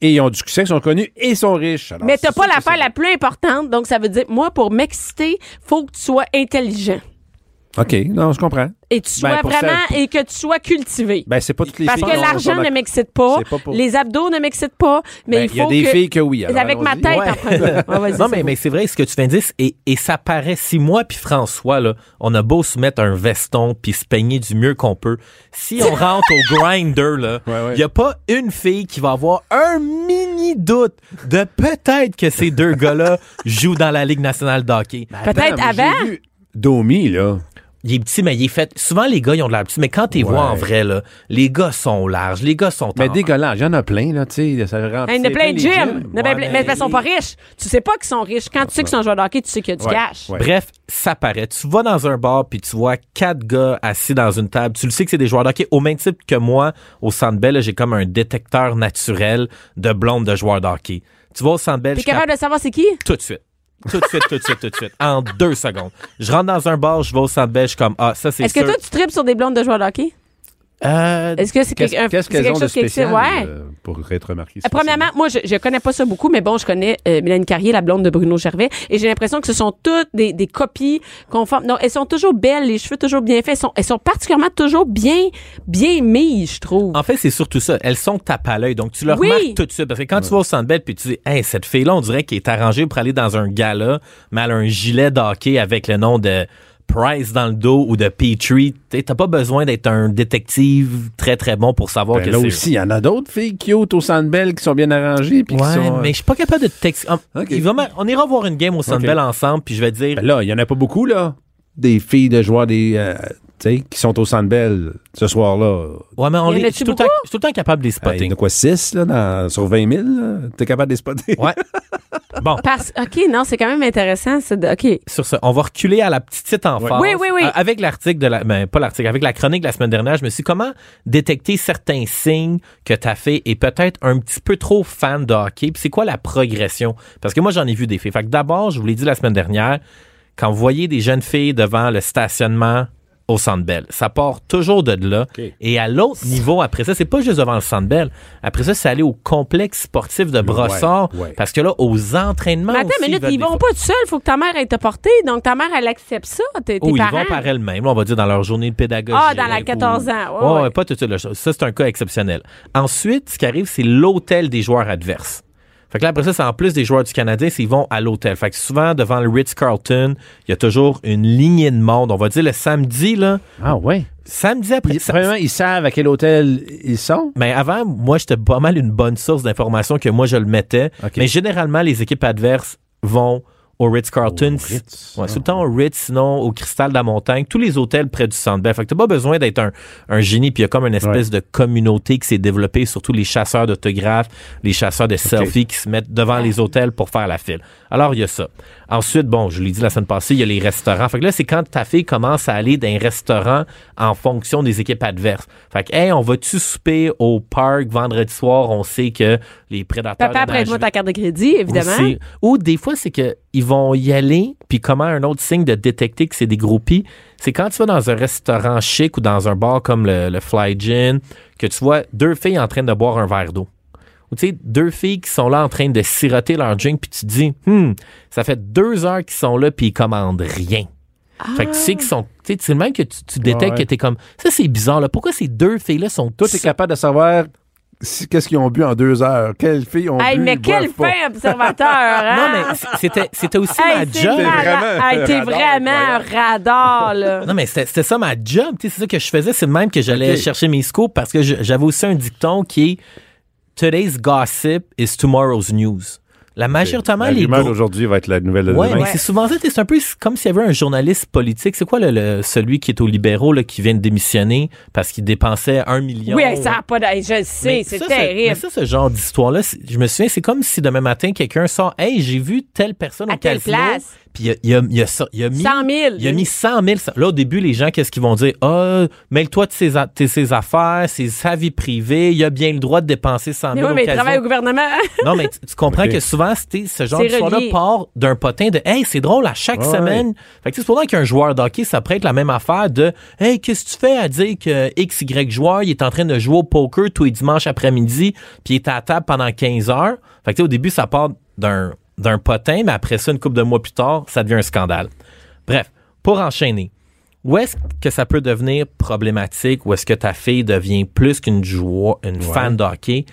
et ils ont du succès, ils sont connus et ils sont riches. Alors,
Mais t'as
Ah, c'est
pas
sûr que
l'affaire
c'est-
la plus importante, donc ça veut dire, moi, pour m'exciter, faut que tu sois intelligent.
OK, non, je comprends.
Et tu sois
Ben, pour ça-
vraiment, et que tu sois cultivé.
Ben, c'est pas toutes les
Parce
filles
que
qui ont-
l'argent
sont-
ne m'excite pas,
C'est pas pour-
les abdos ne m'excitent pas, mais
Ben,
il faut
y a des
que...
filles que oui. alors
avec ma
allons-y.
tête hein.
Ouais.
en premier. Ouais, vas-y,
Non,
c'est beau.
mais, mais c'est vrai ce que tu viens de dire et, et ça paraît. Si moi puis François, là, on a beau se mettre un veston puis se peigner du mieux qu'on peut, si on rentre au grinder, là, il
Ouais, ouais.
y a pas une fille qui va avoir un mini doute de peut-être que ces deux gars-là jouent dans la Ligue nationale de hockey.
Peut-être
Attends, mais j'ai
avant.
vu Domi, là.
Il est petit, mais il est fait. Souvent, les gars, ils ont de l'air petits, mais quand t'es
Ouais.
vois en vrai, là, les gars sont larges, les gars sont
Mais
en-
des dégueulasse, il y en a plein, là, tu sais. Ça remplit-
Hey, Ah. Il y en a plein de
les
gyms. Il y en a
Ouais,
plein- Mais mais ils sont pas riches. Tu sais pas qu'ils sont riches. Quand tu sais qu'ils sont joueurs de hockey, tu sais qu'il y a du
Ouais,
cash.
ouais.
Bref, ça paraît. Tu vas dans un bar puis tu vois quatre gars assis dans une table. Tu le sais que c'est des joueurs de hockey. Au même type que moi, au Centre Bell, là, j'ai comme un détecteur naturel de blondes de joueurs de hockey. Tu vas au Centre Bell,
T'es
je capte
capable de savoir c'est qui?
tout de suite. Tout de suite, tout de suite, tout de suite. En deux secondes. Je rentre dans un bar, je vais au Centre Bell, je suis comme, ah, ça c'est
Est-ce
sûr.
que toi, tu tripes sur des blondes de joueurs de hockey?
Euh,
Est-ce que c'est
Qu'est-ce
quelque, un-
qu'est-ce
c'est
qu'elles
quelque
ont de
chose qui existe?
spécial
Ouais.
euh, pour être remarqué?
Euh, Premièrement, moi, je, je connais pas ça beaucoup, mais bon, je connais euh, Mélanie Carrier, la blonde de Bruno Gervais, et j'ai l'impression que ce sont toutes des, des copies conformes. Non, elles sont toujours belles, les cheveux toujours bien faits, elles sont, elles sont particulièrement toujours bien, bien mises, je trouve.
En fait, c'est surtout ça. Elles sont tape à l'œil. Donc, tu le
Oui.
remarques tout de suite. Parce que quand tu vas au centre belle puis tu dis, hey, cette fille-là, on dirait qu'elle est arrangée pour aller dans un gala, mais elle a un gilet d'hockey avec le nom de Price dans le dos ou de Petrie. T'sais, T'as pas besoin d'être un détective très, très bon pour savoir
Ben,
que
là
c'est.
aussi, il y en a d'autres filles cute au Sandbell qui sont bien arrangées. Puis qui
Ouais,
sont, euh,
mais je suis pas capable de te texter. Ah,
Ok.
il va m'a- On ira voir une game au centre
Ok.
belle ensemble puis je vais te dire,
Ben là, il n'y en a pas beaucoup, là. Des filles de joueurs des, euh, tu sais, qui sont au Sandbell ce soir-là.
ouais, mais on
Y en
les- je
a-tu
suis tout, le temps- je suis tout le temps capable de les
Hey, Il Ben, y
spotter.
en a quoi, 6 là, dans- sur 20 000? là? T'es capable de les spotter?
ouais. Bon.
Parce, ok, non, c'est quand même intéressant, ça, de- ok.
sur ça. On va reculer à la petite enfance.
Oui, oui, oui.
Euh, avec l'article de la, ben, pas l'article, avec la chronique de la semaine dernière, je me suis dit, comment détecter certains signes que ta fille est peut-être un petit peu trop fan de hockey. Puis c'est quoi la progression? Parce que moi, j'en ai vu des filles. Fait que d'abord, je vous l'ai dit la semaine dernière, quand vous voyez des jeunes filles devant le stationnement au Centre Bell, ça part toujours de là. Et à l'autre niveau, après ça, c'est pas juste devant le Centre Bell. Après ça, c'est aller au complexe sportif de Brossard.
ouais.
Parce que là, aux entraînements
Mais attends,
aussi,
une minute,
veulent
ils
des
vont
fois-
pas tout seuls, faut que ta mère ait te porté, donc ta mère, elle accepte ça, tes, tes
ou Oh, ils
parents.
vont par elles-mêmes, là, on va dire dans leur journée de pédagogie.
Ah, dans la
ou-
14 ans, ouais,
Ouais,
ouais.
ouais, pas tout de suite. là. Ça, c'est un cas exceptionnel. Ensuite, ce qui arrive, c'est l'hôtel des joueurs adverses. Fait que là, après ça, c'est en plus des joueurs du Canadien, c'est ils vont à l'hôtel. Fait que souvent, devant le Ritz-Carlton, il y a toujours une lignée de monde. On va dire le samedi, là.
Ah ouais.
Samedi après...
Ils,
sa-
premièrement, ils savent à quel hôtel ils sont.
Mm-hmm. mais avant, moi, j'étais pas mal une bonne source d'informations que moi, je le mettais.
Ok.
Mais généralement, les équipes adverses vont au Ritz-Carlton.
Au Ritz. ah.
Ouais, tout le temps au Ritz, sinon au Cristal de la Montagne, tous les hôtels près du Centre Bell. Fait que t'as pas besoin d'être un, un génie, puis il y a comme une espèce de communauté qui s'est développée, surtout les chasseurs d'autographes, les chasseurs de selfies qui se mettent devant les hôtels pour faire la file. Alors, il y a ça. Ensuite, bon, je l'ai dit la semaine passée, il y a les restaurants. Fait que là, c'est quand ta fille commence à aller dans un restaurant en fonction des équipes adverses. Fait que, hey, on va-tu souper au parc vendredi soir? On sait que les prédateurs... de
Papa,
la
prête-moi
nagerie-
ta carte de crédit, évidemment.
aussi. Ou des fois, c'est que ils vont y aller, puis comment un autre signe de détecter que c'est des groupies, c'est quand tu vas dans un restaurant chic ou dans un bar comme le, le Fly Gin, que tu vois deux filles en train de boire un verre d'eau. Ou tu sais, deux filles qui sont là en train de siroter leur drink, puis tu te dis, hmm, ça fait deux heures qu'ils sont là, puis ils commandent rien. Fait que tu sais qu'ils sont. Tu sais, c'est le même que tu, tu détectes
Ouais.
que t'es comme. Ça, c'est bizarre, là. Pourquoi ces deux filles-là sont
Toi,
toutes
t'es capable de savoir si- qu'est-ce qu'ils ont bu en deux heures. Quelles filles ont
Hey,
bu.
mais
ils boivent
quel
pas.
fin observateur, hein?
Non, mais c- c'était, c'était aussi ma
Hey, t'es
job.
vraiment, hey, t'es vraiment un radar, là.
Non, mais c'était c'était ça ma job. tu sais, C'est ça que je faisais. C'est le même que j'allais
Ok.
chercher mes scoops parce que je- j'avais aussi un dicton qui est Today's gossip is tomorrow's news. La majoritairement,
La
les
rumeur
gros-
d'aujourd'hui va être la nouvelle de
Ouais,
demain.
mais c'est souvent ça. tu sais, C'est un peu comme s'il y avait un journaliste politique. C'est quoi le, le- celui qui est aux libéraux là, qui vient de démissionner parce qu'il dépensait un million?
Oui, hey, ça n'a pas d'a- hey, Je le sais,
hein. Mais
c'est
ça,
terrible.
mais ça, ce genre d'histoire-là, c'est- je me souviens, c'est comme si demain matin, quelqu'un sort Hey, j'ai vu telle personne
À
au
telle
casino.
place.
Puis il a, il a- il a sor- il a mis
100 000.
il a mis 100 000. Là, au début, les gens, qu'est-ce qu'ils vont dire? Ah, mêle-toi de ses, a- de ses affaires, c'est sa vie privée, il a bien le droit de dépenser 100
mais
000
oui, mais il
au
travaille au
casino.
gouvernement.
Non, mais tu, tu comprends
Ok.
que souvent, c'était ce genre
C'est
de soir-là
relié.
part d'un potin de Hey, c'est drôle, à chaque
Ouais.
semaine. Fait que tu sais, c'est pour ça qu'un joueur d'hockey, ça pourrait être la même affaire de Hey, qu'est-ce que tu fais à dire que XY joueur, il est en train de jouer au poker tous les dimanches après-midi, puis il est à la table pendant 15 heures. Fait que tu sais, au début, ça part d'un, d'un potin, mais après ça, une couple de mois plus tard, ça devient un scandale. Bref, pour enchaîner. Où est-ce que ça peut devenir problématique? Où est-ce que ta fille devient plus qu'une joie, une fan de hockey?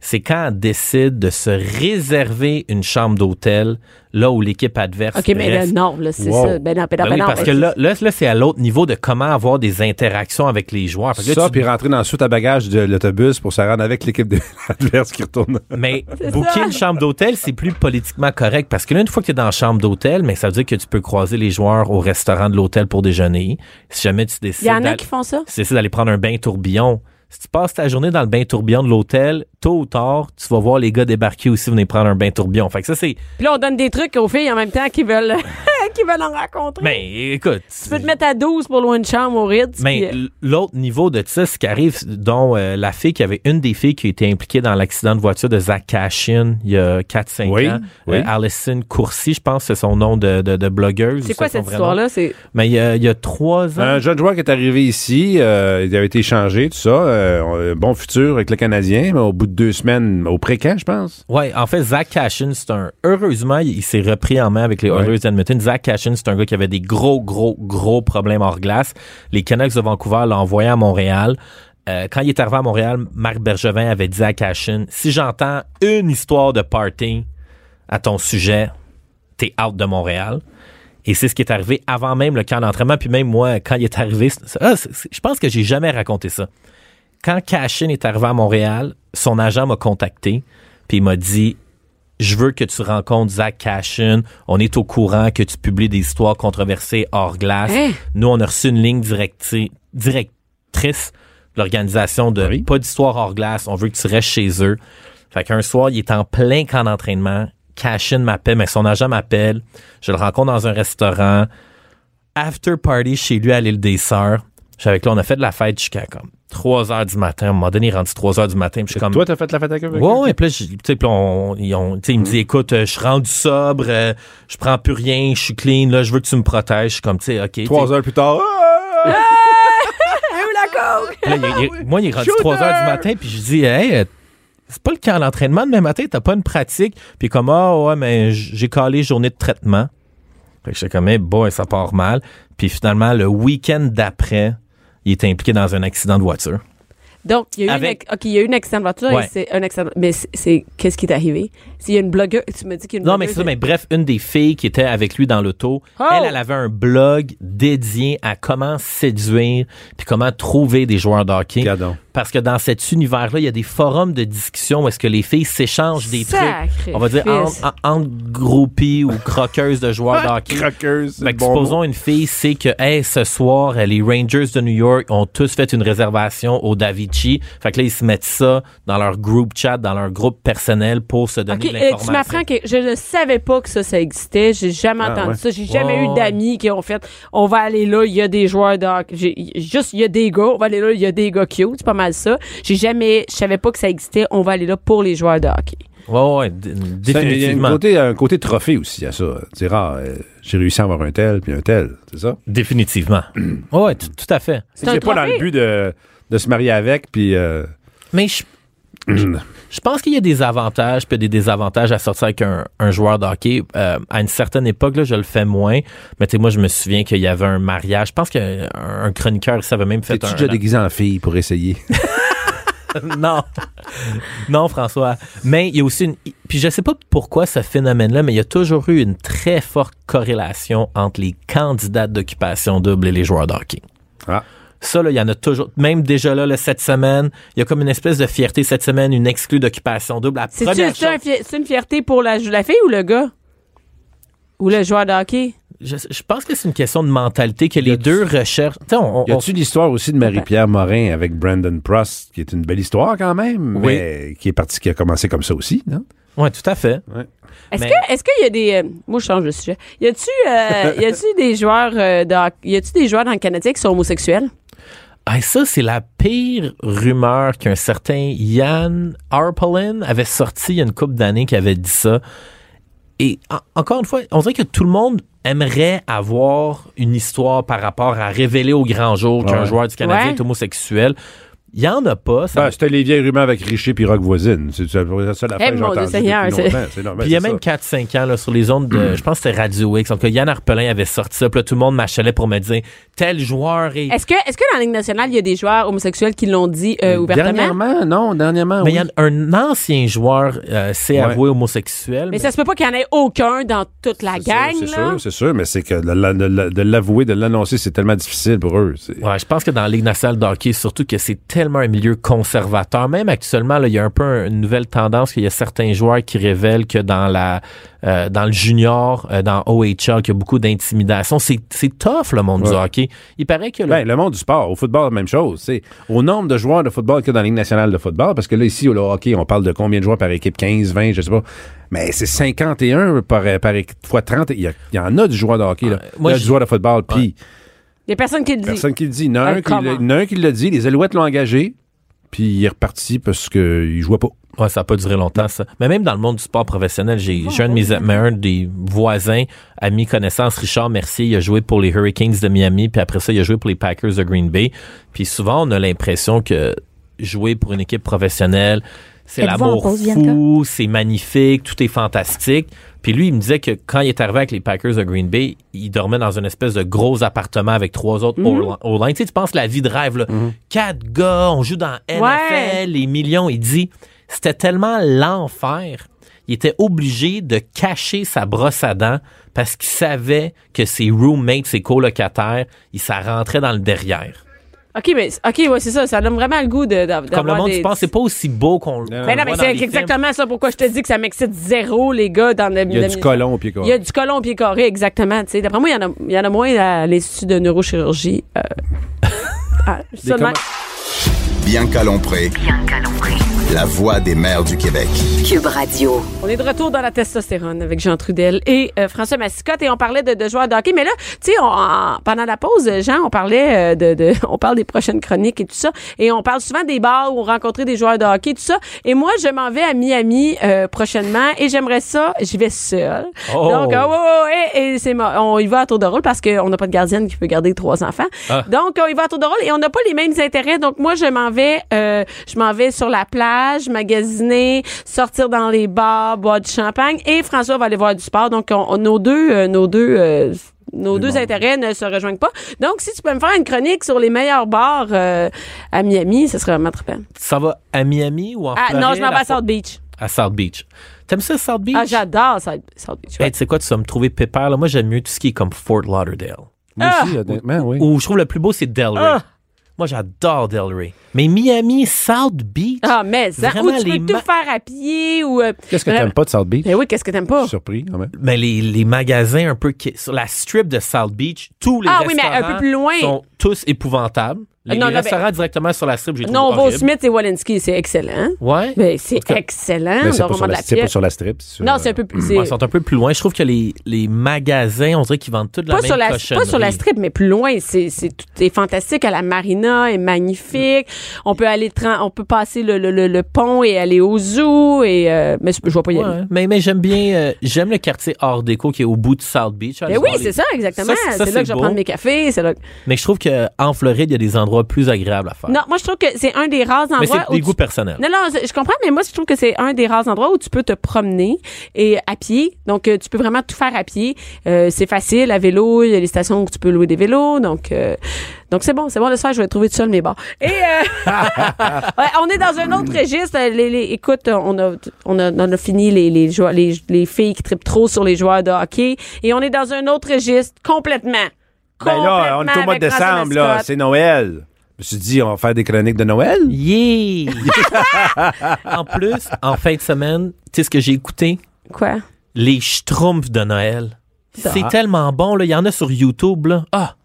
C'est quand elle décide de se réserver une chambre d'hôtel, là où l'équipe adverse
Ah, OK, mais là,
reste.
non, là, c'est
Wow.
ça. Ben non, ben non,
Ben
ben
oui,
non,
parce
ben-
que là, là, là, c'est à l'autre niveau de comment avoir des interactions avec les joueurs. Fait que là,
Ça,
tu-
puis rentrer dans sous ta bagage de l'autobus pour se rendre avec l'équipe de- adverse qui retourne.
Mais booker une chambre d'hôtel, c'est plus politiquement correct parce que là, une fois que tu es dans la chambre d'hôtel, mais ça veut dire que tu peux croiser les joueurs au restaurant de l'hôtel pour déjeuner. Si jamais tu décides
Il y en a
d'aller-
qui font ça.
si tu décides d'aller prendre un bain tourbillon, si tu passes ta journée dans le bain tourbillon de l'hôtel, tôt ou tard, tu vas voir les gars débarquer aussi venir prendre un bain tourbillon. Fait que ça, c'est.
Puis là, on donne des trucs aux filles en même temps qui veulent, qui veulent en rencontrer.
Mais écoute.
tu peux te mettre à 12 pour louer une chambre au Ritz.
Mais
puis, euh,
l- l'autre niveau de ça, ce qui arrive, dont euh, la fille qui avait une des filles qui était impliquée dans l'accident de voiture de Zach Cashin il y a 4-5
Oui,
ans,
oui.
euh, Alison Courcy, je pense, c'est son nom de, de, de blogueuse.
c'est
ou
quoi
c'est
cette
son vrai nom.
histoire-là? C'est
Mais il y a- il y a trois ans.
Un jeune joueur qui est arrivé ici, euh, il avait été échangé, tout ça. euh, bon futur avec le Canadien, mais au bout de deux semaines, au pré-camp, je pense.
Ouais, en fait, Zach Cashin, c'est un. Heureusement, il, il s'est repris en main avec les Oilers d'Edmonton. Zach Cashin, c'est un gars qui avait des gros, gros, gros problèmes hors glace. Les Canucks de Vancouver l'ont envoyé à Montréal. Euh, quand il est arrivé à Montréal, Marc Bergevin avait dit à Cashin si j'entends une histoire de party à ton sujet, t'es out de Montréal. Et c'est ce qui est arrivé avant même le camp d'entraînement. Puis même moi, quand il est arrivé, c'est- c'est- ah, c'est- c'est- je pense que j'ai jamais raconté ça quand Cashin est arrivé à Montréal, son agent m'a contacté, puis il m'a dit Je veux que tu rencontres Zach Cashin. On est au courant que tu publies des histoires controversées hors glace.
Hein?
Nous, on a reçu une ligne directi- directrice de l'organisation de
Oui.
pas d'histoire hors glace. On veut que tu restes chez eux. Fait qu'un soir, il est en plein camp d'entraînement. Cashin m'appelle, mais son agent m'appelle. Je le rencontre dans un restaurant after party chez lui à l'île des Sœurs. J'étais avec là, on a fait de la fête jusqu'à comme 3 heures du matin. À un moment donné, il est rendu 3 heures du matin. puis Je suis comme.
Toi, t'as fait la fête avec Mm. eux?
Ouais, ouais, puis là, je- tu sais, puis là, on- ils ont- tu sais, il me dit, écoute, euh, je suis rendu sobre, euh, je prends plus rien, je suis clean, là, je veux que tu me protèges. Je suis comme, tu sais, OK. tu sais.
Trois heures plus tard. ah!
Puis là, il- il- moi, il est rendu 3 heures du matin, puis je dis, hey, euh, c'est pas le camp d'entraînement demain matin, t'as pas une pratique. Puis comme, ah, ouais, mais j- j'ai calé journée de traitement. Fait que j'étais comme, hey, boy, ça part mal. Puis finalement, le week-end d'après, il était impliqué dans un accident de voiture.
Donc, il y a eu,
Avec-
une, ok, il y a eu un accident de voiture
Ouais.
et c'est un accident. Mais c'est- c'est qu'est-ce qui t'est arrivé? S'il y a une blogueuse, tu me dis qu'il y a une
Non, mais c'est
blogueuse-
ça, mais bref, une des filles qui était avec lui dans l'auto,
Oh!
elle, elle avait un blog dédié à comment séduire puis comment trouver des joueurs de hockey.
Regardons.
Parce que dans cet univers-là, il y a des forums de discussion où est-ce que les filles s'échangent des
Sacrifice.
trucs. On va dire entre, en- entre groupies ou croqueuses de joueurs de hockey.
Croqueuse. c'est
Fait
le
que
bon
supposons
mot.
une fille sait que hey, ce soir, euh, les Rangers de New York ont tous fait une réservation au Davichi. Fait que là, ils se mettent ça dans leur groupe chat, dans leur groupe personnel pour se donner
Ok,
de
euh, tu
l'information.
m'apprends que je ne savais pas que ça, ça existait. J'ai jamais
Ah,
entendu
ouais.
ça. J'ai jamais
Ouais,
eu
ouais.
d'amis qui ont fait on va aller là, il y a des joueurs de hockey. J'ai- Juste, il y a des gars, on va aller là, il y a des gars cute. C'est pas mal ça. J'ai jamais, je savais pas que ça existait. On va aller là pour les joueurs de hockey.
Ouais, ouais, d-
Ça, Il y a un
définitivement.
côté, un côté trophée aussi à ça. C'est rare. euh, J'ai réussi à avoir un tel puis un tel. C'est ça?
Définitivement. ouais, tout, tout à fait.
un
C'est pas dans
trophée.
le but de, de se marier avec puis. euh,
Mais je,
Mm.
je pense qu'il y a des avantages puis des désavantages à sortir avec un, un joueur de hockey. Euh, à une certaine époque, là, je le fais moins. Mais tu sais, moi, je me souviens qu'il y avait un mariage. Je pense qu'un un chroniqueur, ça avait même fait
T'es-tu
un...
déjà déguisé en fille pour essayer?
non. non, François. Mais il y a aussi une. Puis je sais pas pourquoi ce phénomène-là, mais il y a toujours eu une très forte corrélation entre les candidats d'occupation double et les joueurs de hockey.
Ah.
Ça, là, il y en a toujours. Même déjà là, là, cette semaine, il y a comme une espèce de fierté cette semaine, une exclue d'occupation double. La
C'est-tu
première
c'est un
chose-
fi- c'est une fierté pour la, la fille ou le gars? Ou le joueur de hockey?
je, je pense que c'est une question de mentalité que les deux recherchent. Tu sais, on- on-
Y a-tu l'histoire aussi de Marie-Pierre Morin avec Brandon Prost, qui est une belle histoire quand même,
Oui.
mais qui est parti, qui a commencé comme ça aussi, non?
Ouais, tout à fait.
Est-ce
Mais-
que est-ce qu'il y a des euh, moi je change de sujet. Y a-tu euh, y a-tu des joueurs euh, de hoc- y a-tu des joueurs dans le Canadien qui sont homosexuels
Ah, ça, c'est la pire rumeur qu'un certain Yann Arpelin avait sorti il y a une couple d'années qui avait dit ça. Et en- encore une fois, on dirait que tout le monde aimerait avoir une histoire par rapport à révéler au grand jour qu'un
Ah Ouais.
joueur du Canadien
Ouais.
est homosexuel. Il n'y en a pas. ça-
Ben, c'était les vieilles rumeurs avec Richer puis Rock voisine. C'est c'est la seule affaire que j'ai
mon Dieu
entendue depuis
Seigneur, c'est-
longtemps. C'est normal,
Puis il y a
Ben, c'est
même
ça. Hmm.
4-5 ans là, sur les ondes de, je pense que c'était Radio X. En tout cas, Yann Arpelin avait sorti ça. Puis là, tout le monde m'achalait pour me dire tel joueur est.
Est-ce que est-ce que dans la Ligue nationale il y a des joueurs homosexuels qui l'ont dit euh, ouvertement
Dernièrement, non, dernièrement,
Mais
oui.
il y a un ancien joueur euh, s'est
Ouais.
avoué homosexuel.
Mais ça se peut pas qu'il y en ait aucun dans toute la
C'est sûr,
gang
C'est
là.
sûr, c'est sûr, mais c'est que de la- de la- de l'avouer, de l'annoncer, c'est tellement difficile pour eux. C'est-
Ouais, je pense que dans la Ligue nationale de hockey, surtout que c'est tellement un milieu conservateur. Même actuellement, là, il y a un peu un- une nouvelle tendance qu'il y a certains joueurs qui révèlent que dans la euh, dans le junior, euh, dans OHL, qu'il y a beaucoup d'intimidation. C'est c'est tough le monde du
Ouais.
hockey. Il paraît que le-
Ben, le monde du sport, au football, même chose. C'est au nombre de joueurs de football qu'il y a dans la Ligue nationale de football, parce que là, ici, au hockey, on parle de combien de joueurs par équipe, 15, 20, je sais pas. Mais c'est 51 par, par équipe, fois 30. Il y, a- il y en a du joueur de hockey, là.
Ah, moi,
Il y a
je-
du joueur de football, puis
Les personnes qui le disent.
personne qui le dit. Il y en a
Ah,
un qui l'a-
comment?
il y en a un qui l'a dit, les Alouettes l'ont engagé, puis il est reparti parce qu'il jouait pas.
Ouais, ça n'a pas duré longtemps, ça. Mais même dans le monde du sport professionnel, j'ai j'ai un de mes mais un des voisins, ami, connaissance, Richard Mercier, il a joué pour les Hurricanes de Miami, puis après ça, il a joué pour les Packers de Green Bay. Puis souvent, on a l'impression que jouer pour une équipe professionnelle, c'est
Êtes-vous en
l'amour
pause, Bianca?
fou, c'est magnifique, tout est fantastique. Puis lui, il me disait que quand il est arrivé avec les Packers de Green Bay, il dormait dans une espèce de gros appartement avec trois autres
Mhm.
all Tu sais, tu penses la vie de rêve, là. Quatre gars, on joue dans NFL,
Ouais.
les millions. Il dit, c'était tellement l'enfer. Il était obligé de cacher sa brosse à dents parce qu'il savait que ses roommates, ses colocataires, ils ça rentrait dans le derrière.
OK, mais OK, ouais, c'est ça. Ça donne vraiment le goût de. de-
Comme le
d'avoir
monde,
des-
tu penses, c'est pas aussi beau qu'on.
non,
Mais non, mais c'est exactement ça. Pourquoi je te dis que ça m'excite zéro, les gars, dans le.
Il y a du colon au pied
Il y a du colon au pied carré, exactement. tu sais. D'après moi, il y, en a, il y en a moins à l'Institut de neurochirurgie. euh, ah, seulement-
Bianca Lompré,
Bianca Lompré.
la voix des mères du Québec.
Cube Radio.
on est de retour dans la testostérone avec Jean Trudel et euh, François Massicotte et on parlait de, de joueurs de hockey. Mais là, tu sais, on- en- pendant la pause, Jean, on parlait euh, de, de- on parle des prochaines chroniques et tout ça. Et on parle souvent des bars où on rencontrait des joueurs de hockey, tout ça. Et moi, je m'en vais à Miami euh, prochainement et j'aimerais ça. J'y vais seule.
Oh!
Donc, euh, ouais, ouais, ouais, et, et c'est mo- on y va à tour de rôle parce qu'on n'a pas de gardienne qui peut garder trois enfants.
Ah.
Donc, on y va à tour de rôle et on n'a pas les mêmes intérêts. Donc, moi, je m'en vais, euh, je m'en vais sur la plage, magasiner, sortir dans les bars, boire du champagne. Et François va aller voir du sport. Donc, on, on- nos deux, euh, nos deux. euh, nos deux intérêts ne se rejoignent pas. Donc, si tu peux me faire une chronique sur les meilleurs bars euh, à Miami, ce serait vraiment très bien.
Ça va à Miami ou en
Ah, non, je m'en vais à
Floride,
South Beach.
à South Beach. T'aimes ça, South Beach? Ben,
Ah, j'adore South South Beach. ouais.
Hey, tu sais quoi, tu vas me trouver pépère. Là. Moi, j'aime mieux tout ce qui est comme Fort Lauderdale.
Moi
Ah!
aussi, honnêtement, oui.
Ou je trouve le plus beau, c'est Delray. Moi, j'adore Delray. Mais Miami, South Beach.
Ah, mais ça. Ou
Vraiment,
tu
les
peux tout
ma-
faire à pied ou. euh,
Qu'est-ce que
vraiment-
t'aimes pas de South Beach?
Ben oui, qu'est-ce que t'aimes pas?
Je suis surpris, quand même.
Mais ben, les, les magasins un peu qui- sur la strip de South Beach, tous les
Ah oui, mais
restaurants
un peu plus loin.
sont tous épouvantables. Les,
Non,
les
non,
restaurants directement sur la strip, j'ai trouvé
Non, va au
horrible.
Smith et Walensky, c'est excellent.
Ouais.
Ben, c'est
tout cas,
excellent.
Mais
Ah, on
c'est
a
pas,
vraiment
sur
de
la-
la
c'est pas
pièce.
sur la strip. c'est sur,
Non,
euh,
c'est un peu plus.
Ouais,
c'est-
ils sont un peu plus loin. Je trouve que les, les magasins, on dirait qu'ils vendent toute la
Pas
même
sur, la, pas
cochonnerie.
sur la strip, mais plus loin. C'est, c'est, tout est fantastique. À la marina, est magnifique. On peut aller, tra- on peut passer le, le, le, le pont et aller au zoo. Et, euh, mais je, je vois pas y aller.
Ouais, mais, mais j'aime bien, euh, j'aime le quartier Art déco qui est au bout de South Beach. Allez
Mais Ben oui,
voir les-
c'est ça, exactement.
Ça,
c'est,
ça,
là
c'est
que je vais
beau.
prendre mes cafés. C'est là... que-
Mais je trouve qu'en Floride, il y a des endroits plus agréables à faire.
Non, moi, je trouve que c'est un des rares
mais
endroits
c'est
où
des
tu
goûts personnels.
Non, non, je je comprends, mais moi, je trouve que c'est un des rares endroits où tu peux te promener et à pied. Donc, euh, tu peux vraiment tout faire à pied. Euh, c'est facile, à vélo, il y a les stations où tu peux louer des vélos. Donc, euh, donc c'est bon, c'est bon de se faire. Je vais trouver tout seul mes bars. Et euh, ouais, on est dans un autre registre. Euh, Les, les- écoute, on a, on a, on a fini les, les, joueurs- les, les filles qui tripent trop sur les joueurs de hockey. Et on est dans un autre registre complètement.
Ben là, on est au mois de
Complètement avec François
décembre, là.
Mascotte.
C'est Noël. Je me suis dit, on va faire des chroniques de Noël.
Yeah! en plus, en fin de semaine, tu sais ce que j'ai écouté?
Quoi?
Les Schtroumpfs de Noël. C'est tellement bon, là. Il y en a sur YouTube, là. Ah!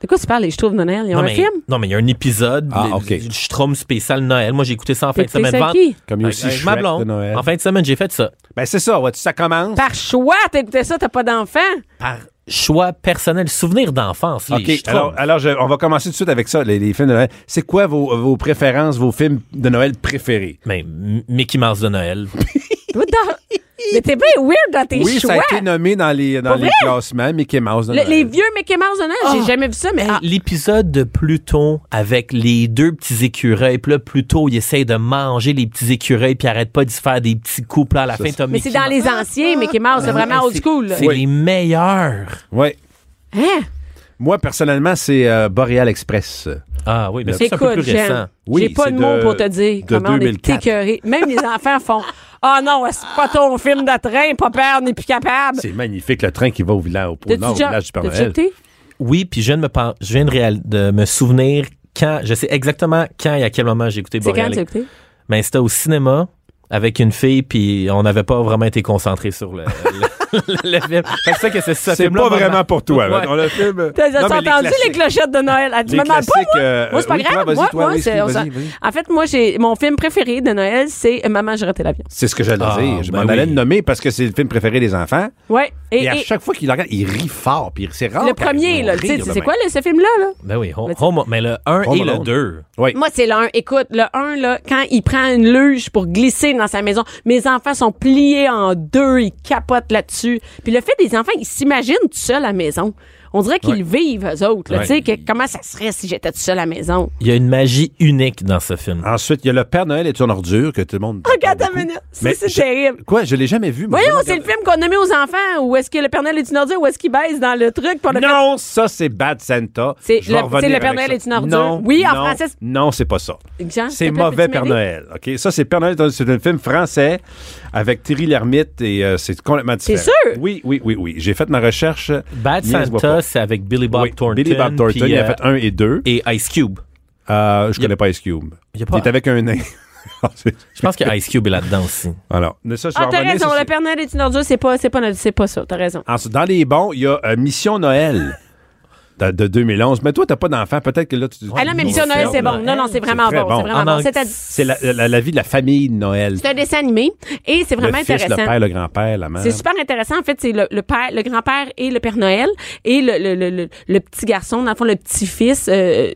De quoi tu parles? Je trouve, Noël, ils ont
non,
un
mais,
film?
non, mais il y a un épisode
Ah,
le-
ok.
du Schtroumpf spécial Noël. Moi, j'ai écouté ça en fin
T'es
de semaine.
c'est
Vend-
qui?
Comme il y a aussi
Avec
Shrek
ma
de
blonde.
Noël.
En fin de semaine, j'ai fait ça.
Ben c'est ça, vois-tu, ça commence.
Par choix, t'écoutais ça, t'as pas d'enfant.
Par choix personnel, souvenir d'enfance, les
OK,
Schtroumpfs.
alors, alors je- on va commencer tout de suite avec ça, les, les films de Noël. C'est quoi vos, vos préférences, vos films de Noël préférés?
Mais M- Mickey Mouse de Noël.
What the- Mais t'es bien weird dans tes
oui,
choix.
ça a été nommé dans les, dans
Pour
les
vrai?
classements, Mickey Mouse de
Le-
Noël.
les vieux Mickey Mouse de Noël, j'ai jamais vu ça, mais ah,
L'épisode de Pluton avec les deux petits écureuils, puis là, Pluto, il essaye de manger les petits écureuils, puis il arrête pas d'y faire des petits coups, puis là, à la fin, t'as
mais
Mickey
c'est dans
Mouse.
les anciens Mickey Mouse, c'est
Ah,
vraiment old school. là.
C'est les meilleurs.
Ouais.
Hein?
Moi, personnellement, c'est euh, Boreal Express.
Ah oui, mais ça, c'est un peu
Écoute,
plus récent.
Jean,
Oui,
j'ai pas
c'est
de mots
de-
pour te dire
de
comment on est
2004.
écœurés. Même les enfants font Ah non, c'est pas ton film de train, pas peur, on n'est plus capable.
C'est magnifique, le train qui va au village, au, au
T'as-tu
nord, au
déjà-
village du Père
t'as-tu
Noël.
écouté?
Oui, puis je viens de me, pen- je viens de, réal- de me souvenir quand, je sais exactement quand et à quel moment j'ai écouté
C'est quand
Boréal.
tu as écouté?
Mais c'était au cinéma avec une fille, puis on n'avait pas vraiment été concentré sur le, le, le- le film. Fait que c'est ça que c'est ça.
C'est pas vraiment pour toi.
Ouais.
mettons, le film.
T'as t'as
Non, mais les
entendu les,
classiques.
clochettes de Noël? Elle dit,
Les
me demande pas,
classiques,
moi.
euh,
moi, c'est pas
oui, toi,
grave.
vas-y,
moi,
toi,
moi,
oui,
c'est-
excuse,
on
vas-y, vas-y.
s'en- En fait, moi, j'ai mon film préféré de Noël, c'est euh, Maman, j'ai raté l'avion.
C'est ce que j'allais
Ah,
dire. Je
ben
m'en allais
oui.
le nommer parce que c'est le film préféré des enfants.
Ouais. Et,
Et, à
et
chaque fois qu'il le regarde, il rit fort. Puis c'est rare.
le premier, là, tu sais,
ben.
c'est quoi là, ce film-là? là?
Ben oui, Home,
Mais c'est-
Home- mais le 1
Home
et le
Alone.
2.
Oui.
Moi, c'est le 1. Écoute, le 1, là, quand il prend une luge pour glisser dans sa maison, mes enfants sont pliés en deux, ils capotent là-dessus. Puis le fait des enfants, ils s'imaginent tout seuls à la maison. On dirait qu'ils le vivent, eux autres. là.
Ouais.
Tu sais, que comment ça serait si j'étais tout seul à la maison?
Il y a une magie unique dans ce film.
Ensuite, il y a Le Père Noël est une ordure que tout le monde.
Regarde ta
beaucoup.
minute. Ça,
Mais
c'est
je-
terrible.
Quoi? Je l'ai jamais vu. moi.
Voyons,
Je
c'est le
regarde-
film qu'on a mis aux enfants. Où est-ce que le Père Noël est une ordure? Où est-ce qu'il baisse dans le truc? Puis on a fait-
Non, ça, c'est Bad Santa.
C'est
Je vais
le-
revenir
c'est le
avec
Père Noël
ça.
est une ordure.
Non,
Oui, en
non,
français, c'est-
Non, c'est pas ça.
Jean, s'il
C'est
te plaît,
Mauvais
peux-tu
Père
m'aider? Ah,
Noël. OK? Ça, c'est Père Noël. C'est un film français avec Thierry Lhermitte et euh, c'est complètement différent.
sûr?
Oui, oui, oui, oui. J'ai fait ma recherche.
Bad
Niaise-moi pas.
Santa, c'est avec Billy Bob
Oui,
Thornton.
Billy Bob Thornton,
puis,
il a
euh,
fait un et deux.
Et Ice Cube.
Euh, je
y a-
connais pas Ice Cube.
il y a pas-
Il est avec un nain. Ah,
Je pense que Ice Cube est là-dedans aussi.
Alors, mais ça, je vais
Ah, t'as
revenir
raison.
sur-
Le Père Noël est une ordure, c'est pas, c'est pas, notre- c'est pas ça. T'as raison.
Ensuite, dans les bons, il y a euh, Mission Noël de, de 2011. Mais toi, t'as pas d'enfant. Peut-être que là, tu.
Ah non, mais Mission Noël, c'est bon. Non, non, c'est vraiment
très
bon.
bon.
C'est vraiment
En
bon.
ang-
C'est-à-dire-
C'est la, la- la vie de la famille de Noël.
C'est un dessin animé et c'est vraiment
le fils, le
intéressant.
père, le grand-père, la mère.
C'est super intéressant. En fait, c'est le, le père, le grand-père et le Père Noël et le, le, le, le, le petit garçon, dans le fond, le petit-fils. euh,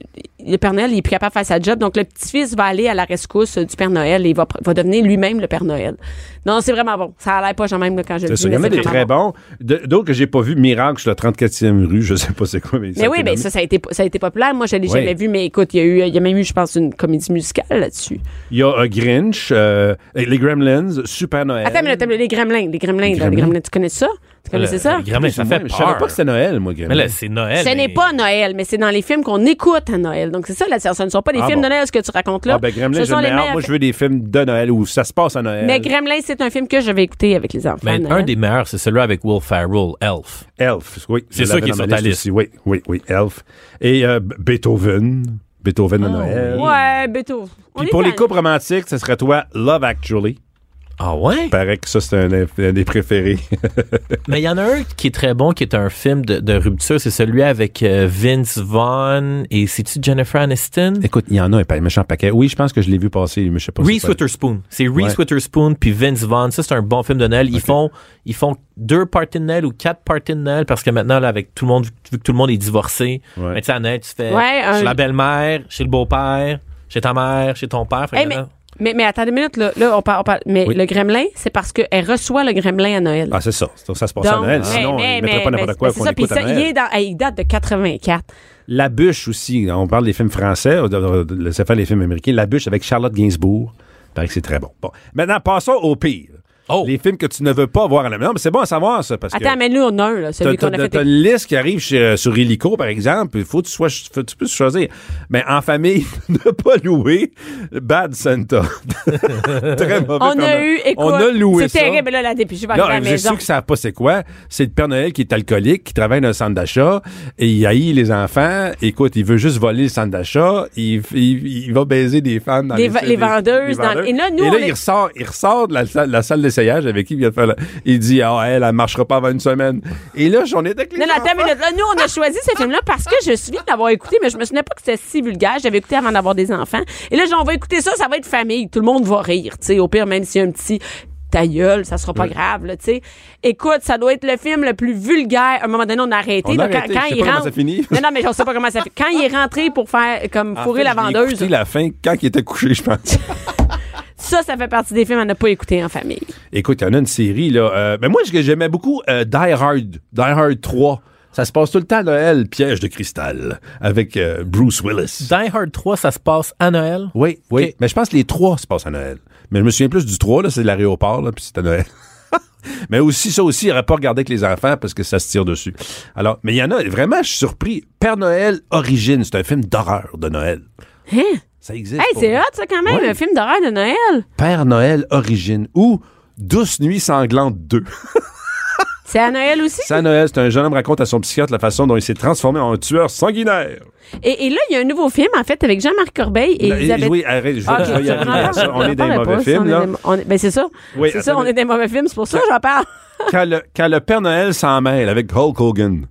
le Père Noël, il est plus capable de faire sa job, donc le petit-fils va aller à la rescousse euh, du Père Noël et il va, pr- va devenir lui-même le Père Noël. Non, c'est vraiment bon. Ça a l'air pas jamais même là, quand je le
C'est
dis.
sûr, Il y en
mais
a
c'est
des
vraiment
très
bon.
bons. De- D'autres que j'ai pas vu, Miracle sur la 34e rue, je sais pas c'est quoi. Mais, ça
Mais
a
oui,
été
ben
nommé.
ça, ça a été, ça a été populaire. Moi, je l'ai
Oui.
jamais vu, mais écoute, il y a eu, il y a même eu, je pense, une comédie musicale là-dessus.
Il y a euh, Grinch, euh, les Gremlins, Super Noël.
Attends, mais le les Gremlins, les Gremlins,
Les
là, les
Gremlins. Euh,
Gremlins, tu connais ça? Tu connais
Le-
ça?
le Gremlin, ça fait
Je
peur.
savais pas que c'était Noël, moi, Gremlins.
Mais là, c'est Noël.
Ce n'est
mais-
pas Noël, mais c'est dans les films qu'on écoute à Noël. Donc, c'est ça la différence. Ce ne sont pas des
Ah
films
bon.
de Noël, ce que tu racontes là.
Ah, ben, Gremlins,
Ce
je
sont
le
les
mets en-
meilleurs
Moi,
films.
je veux des films de Noël où ça se passe à Noël. Ben,
Mais Gremlin, c'est un film que je vais écouter avec les enfants.
Mais
Noël.
un des meilleurs, c'est celui avec Will Ferrell, Elf.
Elf, oui.
C'est
je
sûr
l'avais
qu'il est
dans
sur ta
ma liste
liste.
aussi. Oui, oui, oui, Elf. Et euh, B- Beethoven. Beethoven à Noël.
Ah, Ouais, Beto. on
Puis
est
pour
dans-
les couples romantiques, ce serait toi, Love Actually.
Ah ouais?
Paraît que ça, c'est un, un des préférés.
Mais il y en a un qui est très bon, qui est un film de, de rupture, c'est celui avec euh, Vince Vaughn et c'est-tu Jennifer Aniston?
Écoute, il y en a un, pa- méchant paquet. Oui, je pense que je l'ai vu passer, mais je sais pas.
Reese
c'est quoi.
Witherspoon. C'est Reese
Ouais.
Witherspoon puis Vince Vaughn. Ça, c'est un bon film de Noël. Ils font, ils font deux parties de Noël ou quatre parties de Noël parce que maintenant, là, avec tout le monde, vu que tout le monde est divorcé,
Ouais.
mais tu sais, à Noël, tu fais
Ouais, un-
chez la belle-mère, chez le beau-père, chez ta mère, chez ton père. Fait que
Hey, mais,
maintenant-
mais, mais attends une minute, là, Là, on parle. on parle- mais
Oui.
le Gremlin, c'est parce qu'elle reçoit le Gremlin à Noël.
Ah, c'est ça. Ça, ça se passe à Noël. Sinon,
mais-
il mettrait
mais-
pas
mais-
n'importe quoi
mais c'est
qu'on
ça, puis
écoute à
ça, il, est
Noël.
dans, hey, il date de 84.
La bûche aussi. hein, On parle des films français. euh, on devrait laisser faire les films américains. La bûche avec Charlotte Gainsbourg. Paraît que c'est très bon. Bon. Maintenant, passons au pire.
Oh.
Les films que tu ne veux pas voir à la maison. Mais c'est bon à savoir, ça. Parce que...
Attends, mais nous, on a un, là,
T'as
celui qu'on a
t'as-
fait.
t'as une liste qui arrive chez- euh, sur Illico, par exemple. Il faut que tu, sois, faut que tu puisses choisir. Mais en famille, ne pas louer Bad Santa. Très mauvais.
On
Père
a
Noël.
eu, écoute.
On a loué
C'est
ça.
terrible, là, la dépêche. Je vais
Non,
arriver à la
je
maison.
suis que ça pas c'est quoi. C'est le Père Noël qui est alcoolique, qui travaille dans un centre d'achat et il haït les enfants. Écoute, il veut juste voler le centre d'achat. Il, il, il va baiser des femmes dans
Des
les,
va-
les,
les vendeuses dans- et là, nous, on est-
il ressort, il ressort de la, salle- de la salle d'essayage avec qui il vient de faire. la- Il dit, ah, elle, elle marchera pas avant une semaine. Et là, j'en ai avec les
Non, non,
enfants.
attends une minute. Là, nous, on a choisi ce film-là parce que je me souviens d'avoir écouté, mais je me souvenais pas que c'était si vulgaire. J'avais écouté avant d'avoir des enfants. Et là, genre, on va écouter ça, ça va être famille. Tout le monde va rire, tu sais. Au pire, même s'il y a un petit ta gueule, ça sera pas grave, là, tu sais. Écoute, ça doit être le film le plus vulgaire. À un moment donné, on a arrêté.
On a
là,
arrêté, je sais pas
il
comment
rentre-
ça finit.
Non, non, mais je sais pas comment ça fait. Quand il est rentré pour faire, comme,
En
fourrer
fait,
la
je l'ai
vendeuse,
écouté la fin quand il était couché, je pense.
ça, ça fait partie des films à ne pas écouter en famille.
Écoute, il y en a une série, là. euh, ben moi, ce que j'aimais beaucoup euh, Die Hard, Die Hard 3. Ça se passe tout le temps à Noël, Piège de cristal, avec euh, Bruce Willis.
Die Hard 3, ça se passe à Noël.
Oui, oui.
Ok.
Mais je pense que les trois se passent à Noël. Mais je me souviens plus du 3, là, c'est de l'aéroport, là, puis c'est à Noël. mais aussi, ça aussi, il aurait pas regardé avec les enfants parce que ça se tire dessus. Alors, mais il y en a, vraiment, je suis surpris. Père Noël Origine, c'est un film d'horreur de Noël.
Hein?
Ça existe.
Hey,
pour
c'est
vrai.
hot, ça, quand même,
Ouais.
un film d'horreur de Noël.
Père Noël Origine ou Douce Nuit Sanglante 2.
C'est à Noël aussi?
Ça, Noël, c'est un jeune homme raconte à son psychiatre la façon dont il s'est transformé en un tueur sanguinaire.
Et, et là, il y a un nouveau film, en fait, avec Jean-Marc Corbeil et
Là,
Elisabeth.
Oui, arrête, je vais-
Ah,
je vais y
tu
arriver
en
à ça.
parles,
On est dans
t'en
les
parles
mauvais
pas,
films,
ça, on
là.
est des- on est- ben, c'est ça.
Oui,
c'est ça,
attends,
on est des mauvais films, c'est pour ça que j'en parle.
Quand le, quand le Père Noël s'en mêle avec Hulk Hogan.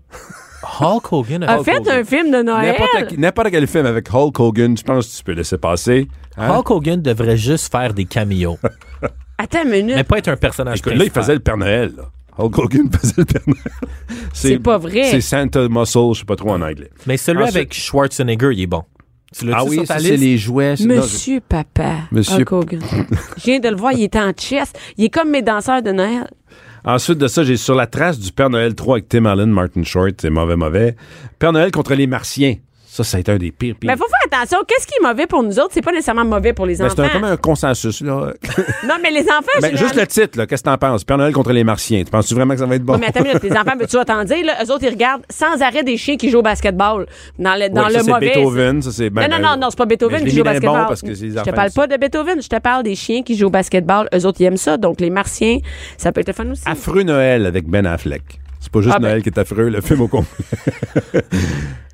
Hulk Hogan a
En fait, Ah, un film de Noël.
N'importe qui- N'importe quel film avec Hulk Hogan, je pense que tu peux laisser passer. Hein?
Hulk Hogan devrait juste faire des cameos,
Attends une minute.
mais pas être un personnage
Écoute, là, il faisait le Père Noël. là. Hulk Hogan faisait le Père Noël.
C'est pas vrai.
C'est Santa Muscle, je sais pas trop en anglais.
Mais celui
Ensuite-
avec Schwarzenegger, il est bon. Tu l'as
Ah oui,
sur ta
ça, c'est
liste?
les jouets. c'est- non, je-
Monsieur Papa.
Monsieur-
Hulk Hogan. Je viens de le voir, il est en chess. Il est comme mes danseurs de Noël.
Ensuite de ça, j'ai sur la trace du Père Noël 3 avec Tim Allen, Martin Short, c'est mauvais, mauvais. Père Noël contre les Martiens. Ça, ça a été un des pires. pires.
Mais Ben, faut faire attention. Qu'est-ce qui est mauvais pour nous autres? C'est pas nécessairement mauvais pour les
Ben,
enfants.
c'est un- comme un consensus. Là.
Ah, Non, mais les enfants,
Ben, juste
généralement-
le titre, là, qu'est-ce que t'en penses? Père Noël contre les Martiens. Tu penses vraiment que ça va être bon?
Ouais, mais attends, une minute, les enfants, mais tu vas t'en dire, là, eux autres, ils regardent sans arrêt des chiens qui jouent au basketball. Dans le, dans
Ouais,
le
ça, c'est
mauvais.
Beethoven, ça, c'est- ben,
non, non,
ben,
non, non, c'est pas Beethoven
mais je
qui
l'ai
joue au
mis dans les bons
basketball.
parce que c'est les
je te
enfants
parle
qui
pas de Beethoven, je te parle des chiens qui jouent au basketball. Eux autres, ils aiment ça, donc les martiens, ça peut être le fun aussi.
Affreux Noël avec Ben Affleck. C'est pas juste
Ah, ben.
Noël qui est affreux, le film au complet.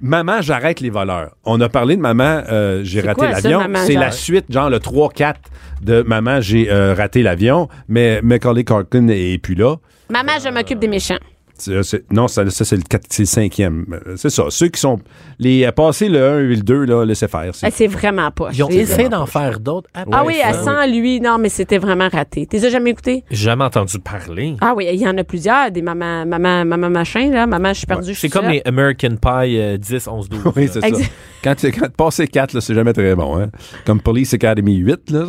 Maman, j'arrête les voleurs. On a parlé de Maman, euh, j'ai raté
quoi, ça,
l'avion.
Maman,
C'est la
j'arrête?
suite, genre le 3-4 de Maman, j'ai euh, raté l'avion, mais Macaulay Culkin est plus là.
Maman, je m'occupe des méchants.
C'est- euh, c'est- non, ça, ça, c'est le, quatre- c'est le cinquième. Euh, C'est ça. Ceux qui sont. Les euh, passés, le 1 et le 2, là, laissez faire. C'est-
Ah, C'est vraiment pas.
Ils ont essayé d'en faire d'autres. après
Ah oui,
ça.
à 100, lui, non, mais c'était vraiment raté. T'es jamais écouté?
Jamais entendu parler.
Ah oui, il y en a plusieurs, des maman, maman, maman machin, là. Maman, je suis perdue. je suis
C'est comme
seule.
les American Pie euh, 10, 11, 12.
Oui,
là.
c'est ça.
Exact.
Quand, tu- quand passé 4, là, c'est jamais très bon. Hein? Comme Police Academy 8, là.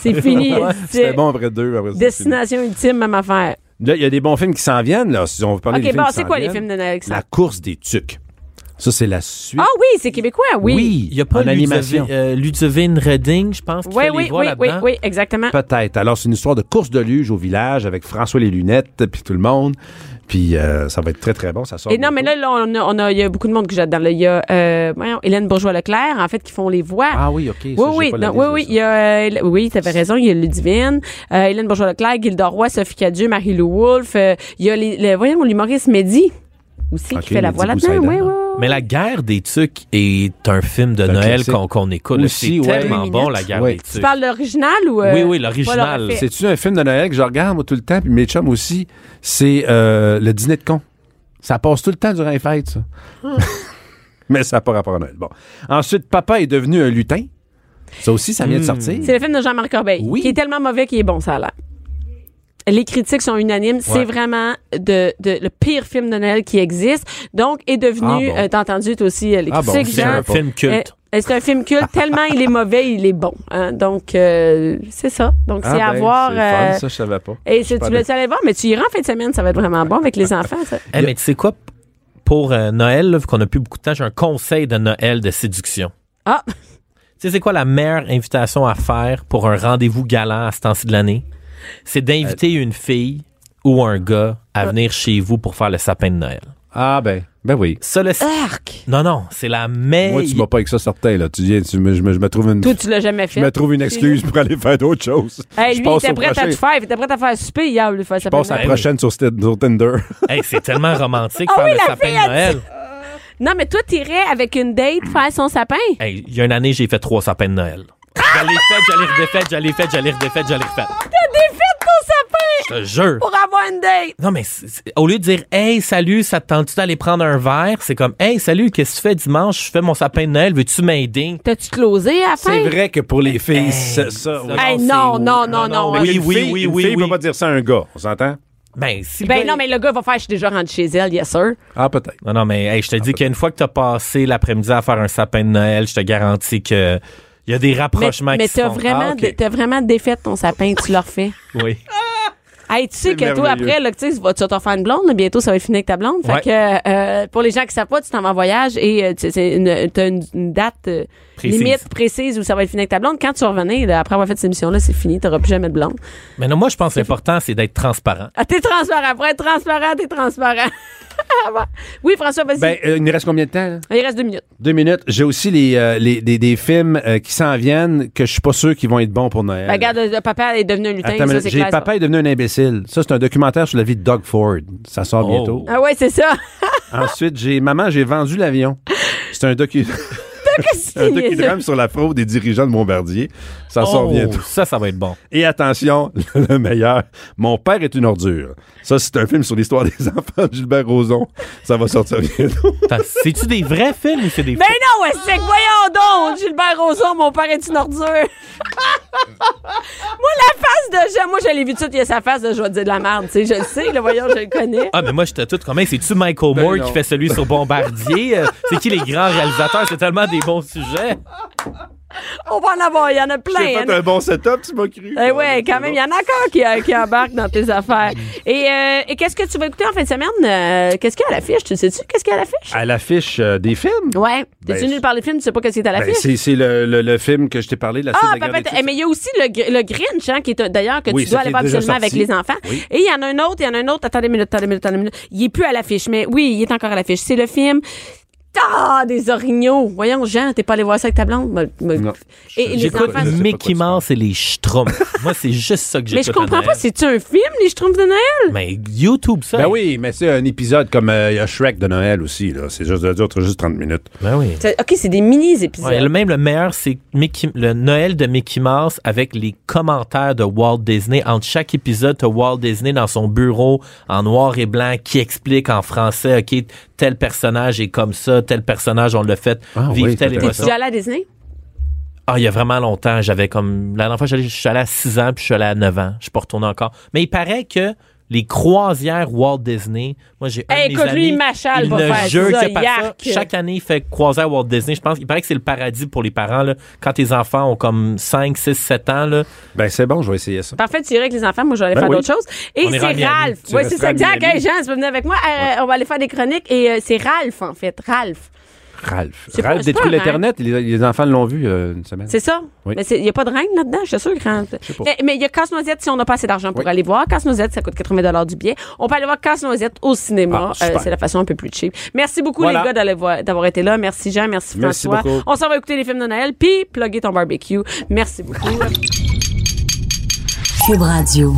C'est fini.
C'était
C'est
bon après 2. Après ça, c'est fini.
Destination ultime, même affaire.
Là, il y a des bons films qui s'en viennent, là. Si on veut parler des
OK,
films
bon,
qui
c'est
s'en
quoi les
viennent.
films de Noël qui s'en-
La course des tucs. Ça, c'est la suite.
Ah oui, c'est québécois, oui.
Il n'y a pas
en animation.
Ludovine, euh, Ludovine Redding, je pense, qui
Oui,
fait les
oui,
voix
oui, oui,
là-dedans.
oui, exactement.
Peut-être. Alors, c'est une histoire de course de luge au village avec François Les Lunettes, puis tout le monde. Puis euh, ça va être très, très bon. Ça sort.
Et non, mais là, là, on a, on a- il y a beaucoup de monde que j'adore. là. Il y a euh, voyons, Hélène Bourgeois-Leclerc, en fait, qui font les voix.
Ah oui, OK. ça,
oui,
j'ai
oui,
pas la
non,
liste
oui,
de
oui,
ça.
il y a, euh, oui, t'avais raison, il y a Ludivine, euh, Hélène Bourgeois-Leclerc, Gilda Roy, Sophie Cadieux, Marie-Lou Wolfe, euh, il y a les, le- voyons, l'humoriste Mehdi aussi
Ok,
qui fait la
Mehdi
voix là-dedans,
Boussaïdan.
oui, oui, oui.
Mais La guerre des tucs est un film de
un
Noël
classique.
qu'on qu'on écoute. là. C'est
Aussi, ouais.
tellement
Deux
bon,
minutes.
La guerre
Ouais.
des
Tu
tucs.
parles de l'original ou... euh,
Oui, oui,
pas
l'original.
le refait?
C'est-tu un film de Noël que je regarde, moi, tout le temps, puis mes chums aussi? C'est euh, Le Dîner de con. Ça passe tout le temps durant les fêtes, ça. mais ça n'a pas rapport à Noël. Bon. Ensuite, Papa est devenu un lutin. Ça aussi, ça vient de sortir.
Hmm. C'est le film de Jean-Marc Corbeil,
Oui.
qui est tellement mauvais qu'il est bon, ça a l'air. Les critiques sont unanimes. C'est vraiment de, de- le pire film de Noël qui existe. Donc, est devenu,
Ah bon.
euh, t'as entendu toi aussi euh, les
Ah bon,
critiques,
C'est
Jean?
un film culte.
Euh, euh, c'est un film culte. Tellement il est mauvais, il est bon. hein. Donc, euh, c'est ça. Donc,
Ah
c'est à
ben,
voir.
c'est le
euh,
fun, ça, je savais pas.
et c'est- tu
pas
voulais aller voir, mais tu iras en fin de semaine, ça va être vraiment bon avec les enfants. ça.
Eh, mais tu sais quoi? Pour euh, Noël, là, vu qu'on a plus beaucoup de temps, j'ai un conseil de Noël de séduction.
Ah,
Tu sais, c'est quoi la meilleure invitation à faire pour un rendez-vous galant à ce temps-ci de l'année? C'est d'inviter
Euh,
une fille ou un gars à venir chez vous pour faire le sapin de Noël.
Ah ben, ben oui.
Ça, le...
arc!
Non, non, c'est la meilleure...
Moi, tu m'as pas avec ça certain, là. Tu viens, tu me- je, me, je me trouve une...
Toi, tu l'as jamais fait.
Je me trouve une excuse pour aller faire d'autres choses.
Hey,
je
lui, il
passe
était
au
prêt à
prochain-
tout faire. Il était prêt à faire souper hier. au lieu de faire
Je passe à
Ben
la
oui.
prochaine sur, Sti- sur Tinder.
Hey, c'est tellement romantique
Ah
faire
oui,
le
la
sapin
fille
de
a
Noël.
Non, mais toi, t'irais avec une date faire son sapin?
Hey, il y a une année, j'ai fait trois sapins de Noël. J'allais fait, j'allais redéfaite, j'allais fait, j'allais redéfaite, j'allais refait.
T'as défait ton sapin
Je te jure.
pour avoir une date!
Non, mais c'est- c'est- au lieu de dire Hey, salut, ça te tente-tu d'aller prendre un verre? C'est comme Hey, salut, qu'est-ce que tu fais dimanche? Je fais mon sapin de Noël, veux-tu m'aider?
T'as-tu closé à la fin?
C'est vrai que pour les filles, c'est ça.
ça,
Hey,
c'est-
non, non, non, non, ouais.
Ah Oui,
Une
oui,
fille-
oui,
une
oui.
fille
oui.
peut pas dire ça à un gars, on s'entend?
Ben, si le
Ben
gars-
non, mais le gars va faire, je suis déjà rentré chez elle, yes sir.
Ah, peut-être.
Non, non, mais hey, je te dis qu'une fois que t'as passé l'après-midi à faire un sapin de Noël, je te garantis que il y a des
Mais,
rapprochements
mais
qui se
t'as
font.
vraiment,
Ah, ok.
dé- t'as vraiment défait ton sapin, tu le refais.
Oui.
Hey, tu sais
C'est
que toi,
merveilleux.
après, là, tu sais, tu vas- tu vas t'en faire une blonde, là, bientôt ça va être fini avec ta blonde.
Ouais.
Fait que, euh, pour les gens qui savent pas, tu t'en vas en voyage et euh, tu- c'est une- t'as une, une date euh,
Précise.
limite précise où ça va être fini avec ta blonde. Quand tu vas revenir, là, après avoir fait cette émission-là, c'est fini, t'auras plus jamais de blonde.
Mais non, moi, je pense que l'important, c'est d'être transparent.
Ah, t'es transparent. Pour être transparent, t'es transparent. oui, François, vas-y.
Ben, euh, il nous reste combien de temps, là?
Il reste deux minutes.
Deux minutes. J'ai aussi les, euh, les- des, des films euh, qui s'en viennent que je suis pas sûr qu'ils vont être bons pour Noël.
Ben, regarde, le, le papa est devenu un lutin. ça,
Attends, mais
c'est
j'ai
clair, ça.
Papa est devenu un imbécile. facile. Ça, c'est un documentaire sur la vie de Doug Ford. Ça sort
Oh.
bientôt.
Ah ouais, c'est ça.
Ensuite, j'ai Maman, j'ai vendu l'avion. C'est un, docu
Qu'est-ce
un
qu'il y a, ça?
docudrame sur la fraude des dirigeants de Montbardier. Ça sort
Oh,
bientôt.
Ça, ça va être bon.
Et attention, le meilleur, Mon père est une ordure. Ça, c'est un film sur l'histoire des enfants de Gilbert Rozon. Ça va sortir bientôt.
Attends, C'est-tu des vrais films ou c'est des
Ben non, ouais, c'est que voyons donc, Gilbert Rozon, mon père est une ordure. moi, la face de Jean, moi, je l'ai vu tout de suite, il y a sa face de je vais te dire de la merde, tu sais, je le sais, là, voyons, je le connais.
Ah, mais moi, j'étais tout comme, Hey, c'est-tu Michael
Ben
Moore
non.
qui fait celui sur Bombardier? Euh, c'est qui les grands réalisateurs? C'est tellement des bons sujets.
On va en avoir, il Ben, y en a
J'ai
plein.
fait un bon setup, tu m'as cru.
Eh ouais, quand même, il y en a encore qui, euh, qui embarquent dans tes affaires. Et, euh, et qu'est-ce que tu vas écouter en fin de semaine? Euh, qu'est-ce qu'il y a à l'affiche? Tu le sais-tu? Qu'est-ce qu'il y a à l'affiche?
À l'affiche euh, des films.
Ouais. T'es-tu
Ben,
nul par les films? Tu sais pas qu'est-ce qui est à
Ben,
l'affiche?
c'est c'est le, le- le film que je t'ai parlé, la suite
Ah,
de la guerre
papa,
des
t'as-
titres.
mais il y a aussi le, gr- le Grinch, hein, qui est un- d'ailleurs que
Oui,
tu
ça
dois aller
qui est
voir
déjà
absolument avec
sorti.
les enfants.
Oui.
Et il y en a un autre, il y en a un autre. Attendez une minute, attendez une minute, attendez une minute. Il est plus à l'affiche, mais oui, il est encore à l'affiche. C'est le film. Ah, des orignaux. Voyons, Jean, t'es pas allé voir ça avec ta blonde? Ben, Me- me-
Non.
Et les
J'écoute
enfants-
Je sais pas quoi
Mickey
tu parles.
Mouse et les Schtroumpfs. Moi, c'est juste ça que
Mais
j'écoute.
je
à
comprends
Noël.
pas, c'est-tu un film, les Schtroumpfs de Noël?
Mais YouTube, ça.
Ben oui, mais c'est un épisode comme euh, il y a Shrek de Noël aussi. là. C'est juste de dire, c'est juste 30 minutes.
Ben oui.
C'est- OK, c'est des mini-épisodes.
Ouais, le même, le meilleur, c'est Mickey- le Noël de Mickey Mouse avec les commentaires de Walt Disney. Entre chaque épisode, t'as Walt Disney dans son bureau en noir et blanc qui explique en français, OK, tel personnage est comme ça, tel personnage, on l'a fait,
Ah
vive
oui,
telle
c'est intéressant.
émotion.
T'es-tu allé à Disney?
Ah, il y a vraiment longtemps, j'avais comme... La dernière fois, j'allais- je suis allé à 6 ans, puis je suis allé à 9 ans. Je suis pas retourné encore. Mais il paraît que les croisières Walt Disney, moi, j'ai un
Hey,
de mes
écoute, lui,
amis,
il m'achale
il
pour
ne
faire
jure
ça,
que par ça.
yark.
Chaque année, il fait croisière Walt Disney. Je pense, il paraît que c'est le paradis pour les parents. Là. Quand tes enfants ont comme 5, 6, 7 ans, là,
Ben c'est bon, je vais essayer ça.
Parfait, tu irais avec les enfants. Moi, je vais aller
Ben
faire
oui.
d'autres choses. Et
On
c'est
ira à Miami.
Ralph.
Tu
Oui, c'est
resteras
ça,
à
exact.
Miami.
Hey, Jean, tu peux venir avec moi. Euh, On va aller faire des chroniques. Et euh, c'est Ralph, en fait. Ralph.
Ralph.
C'est pas-
Ralph
c'est
détruit
pas un hein?
l'Internet. Les, les enfants l'ont vu euh, une semaine.
C'est ça.
Oui.
Mais il n'y a pas de règne là-dedans, je suis sûre. Quand...
pas.
Mais- Mais il y a Casse-Noisette si on n'a pas assez d'argent pour
Oui.
aller voir. Casse-Noisette, ça coûte 80 du billet. On peut aller voir Casse-Noisette au cinéma.
Ah, super.
Euh, c'est la façon un peu plus cheap. Merci beaucoup,
Voilà.
les gars, d'aller voir- d'avoir été là. Merci, Jean. Merci,
Merci
François.
beaucoup.
On s'en va écouter les films de Noël, puis plugger ton barbecue. Merci beaucoup.
Cube Radio.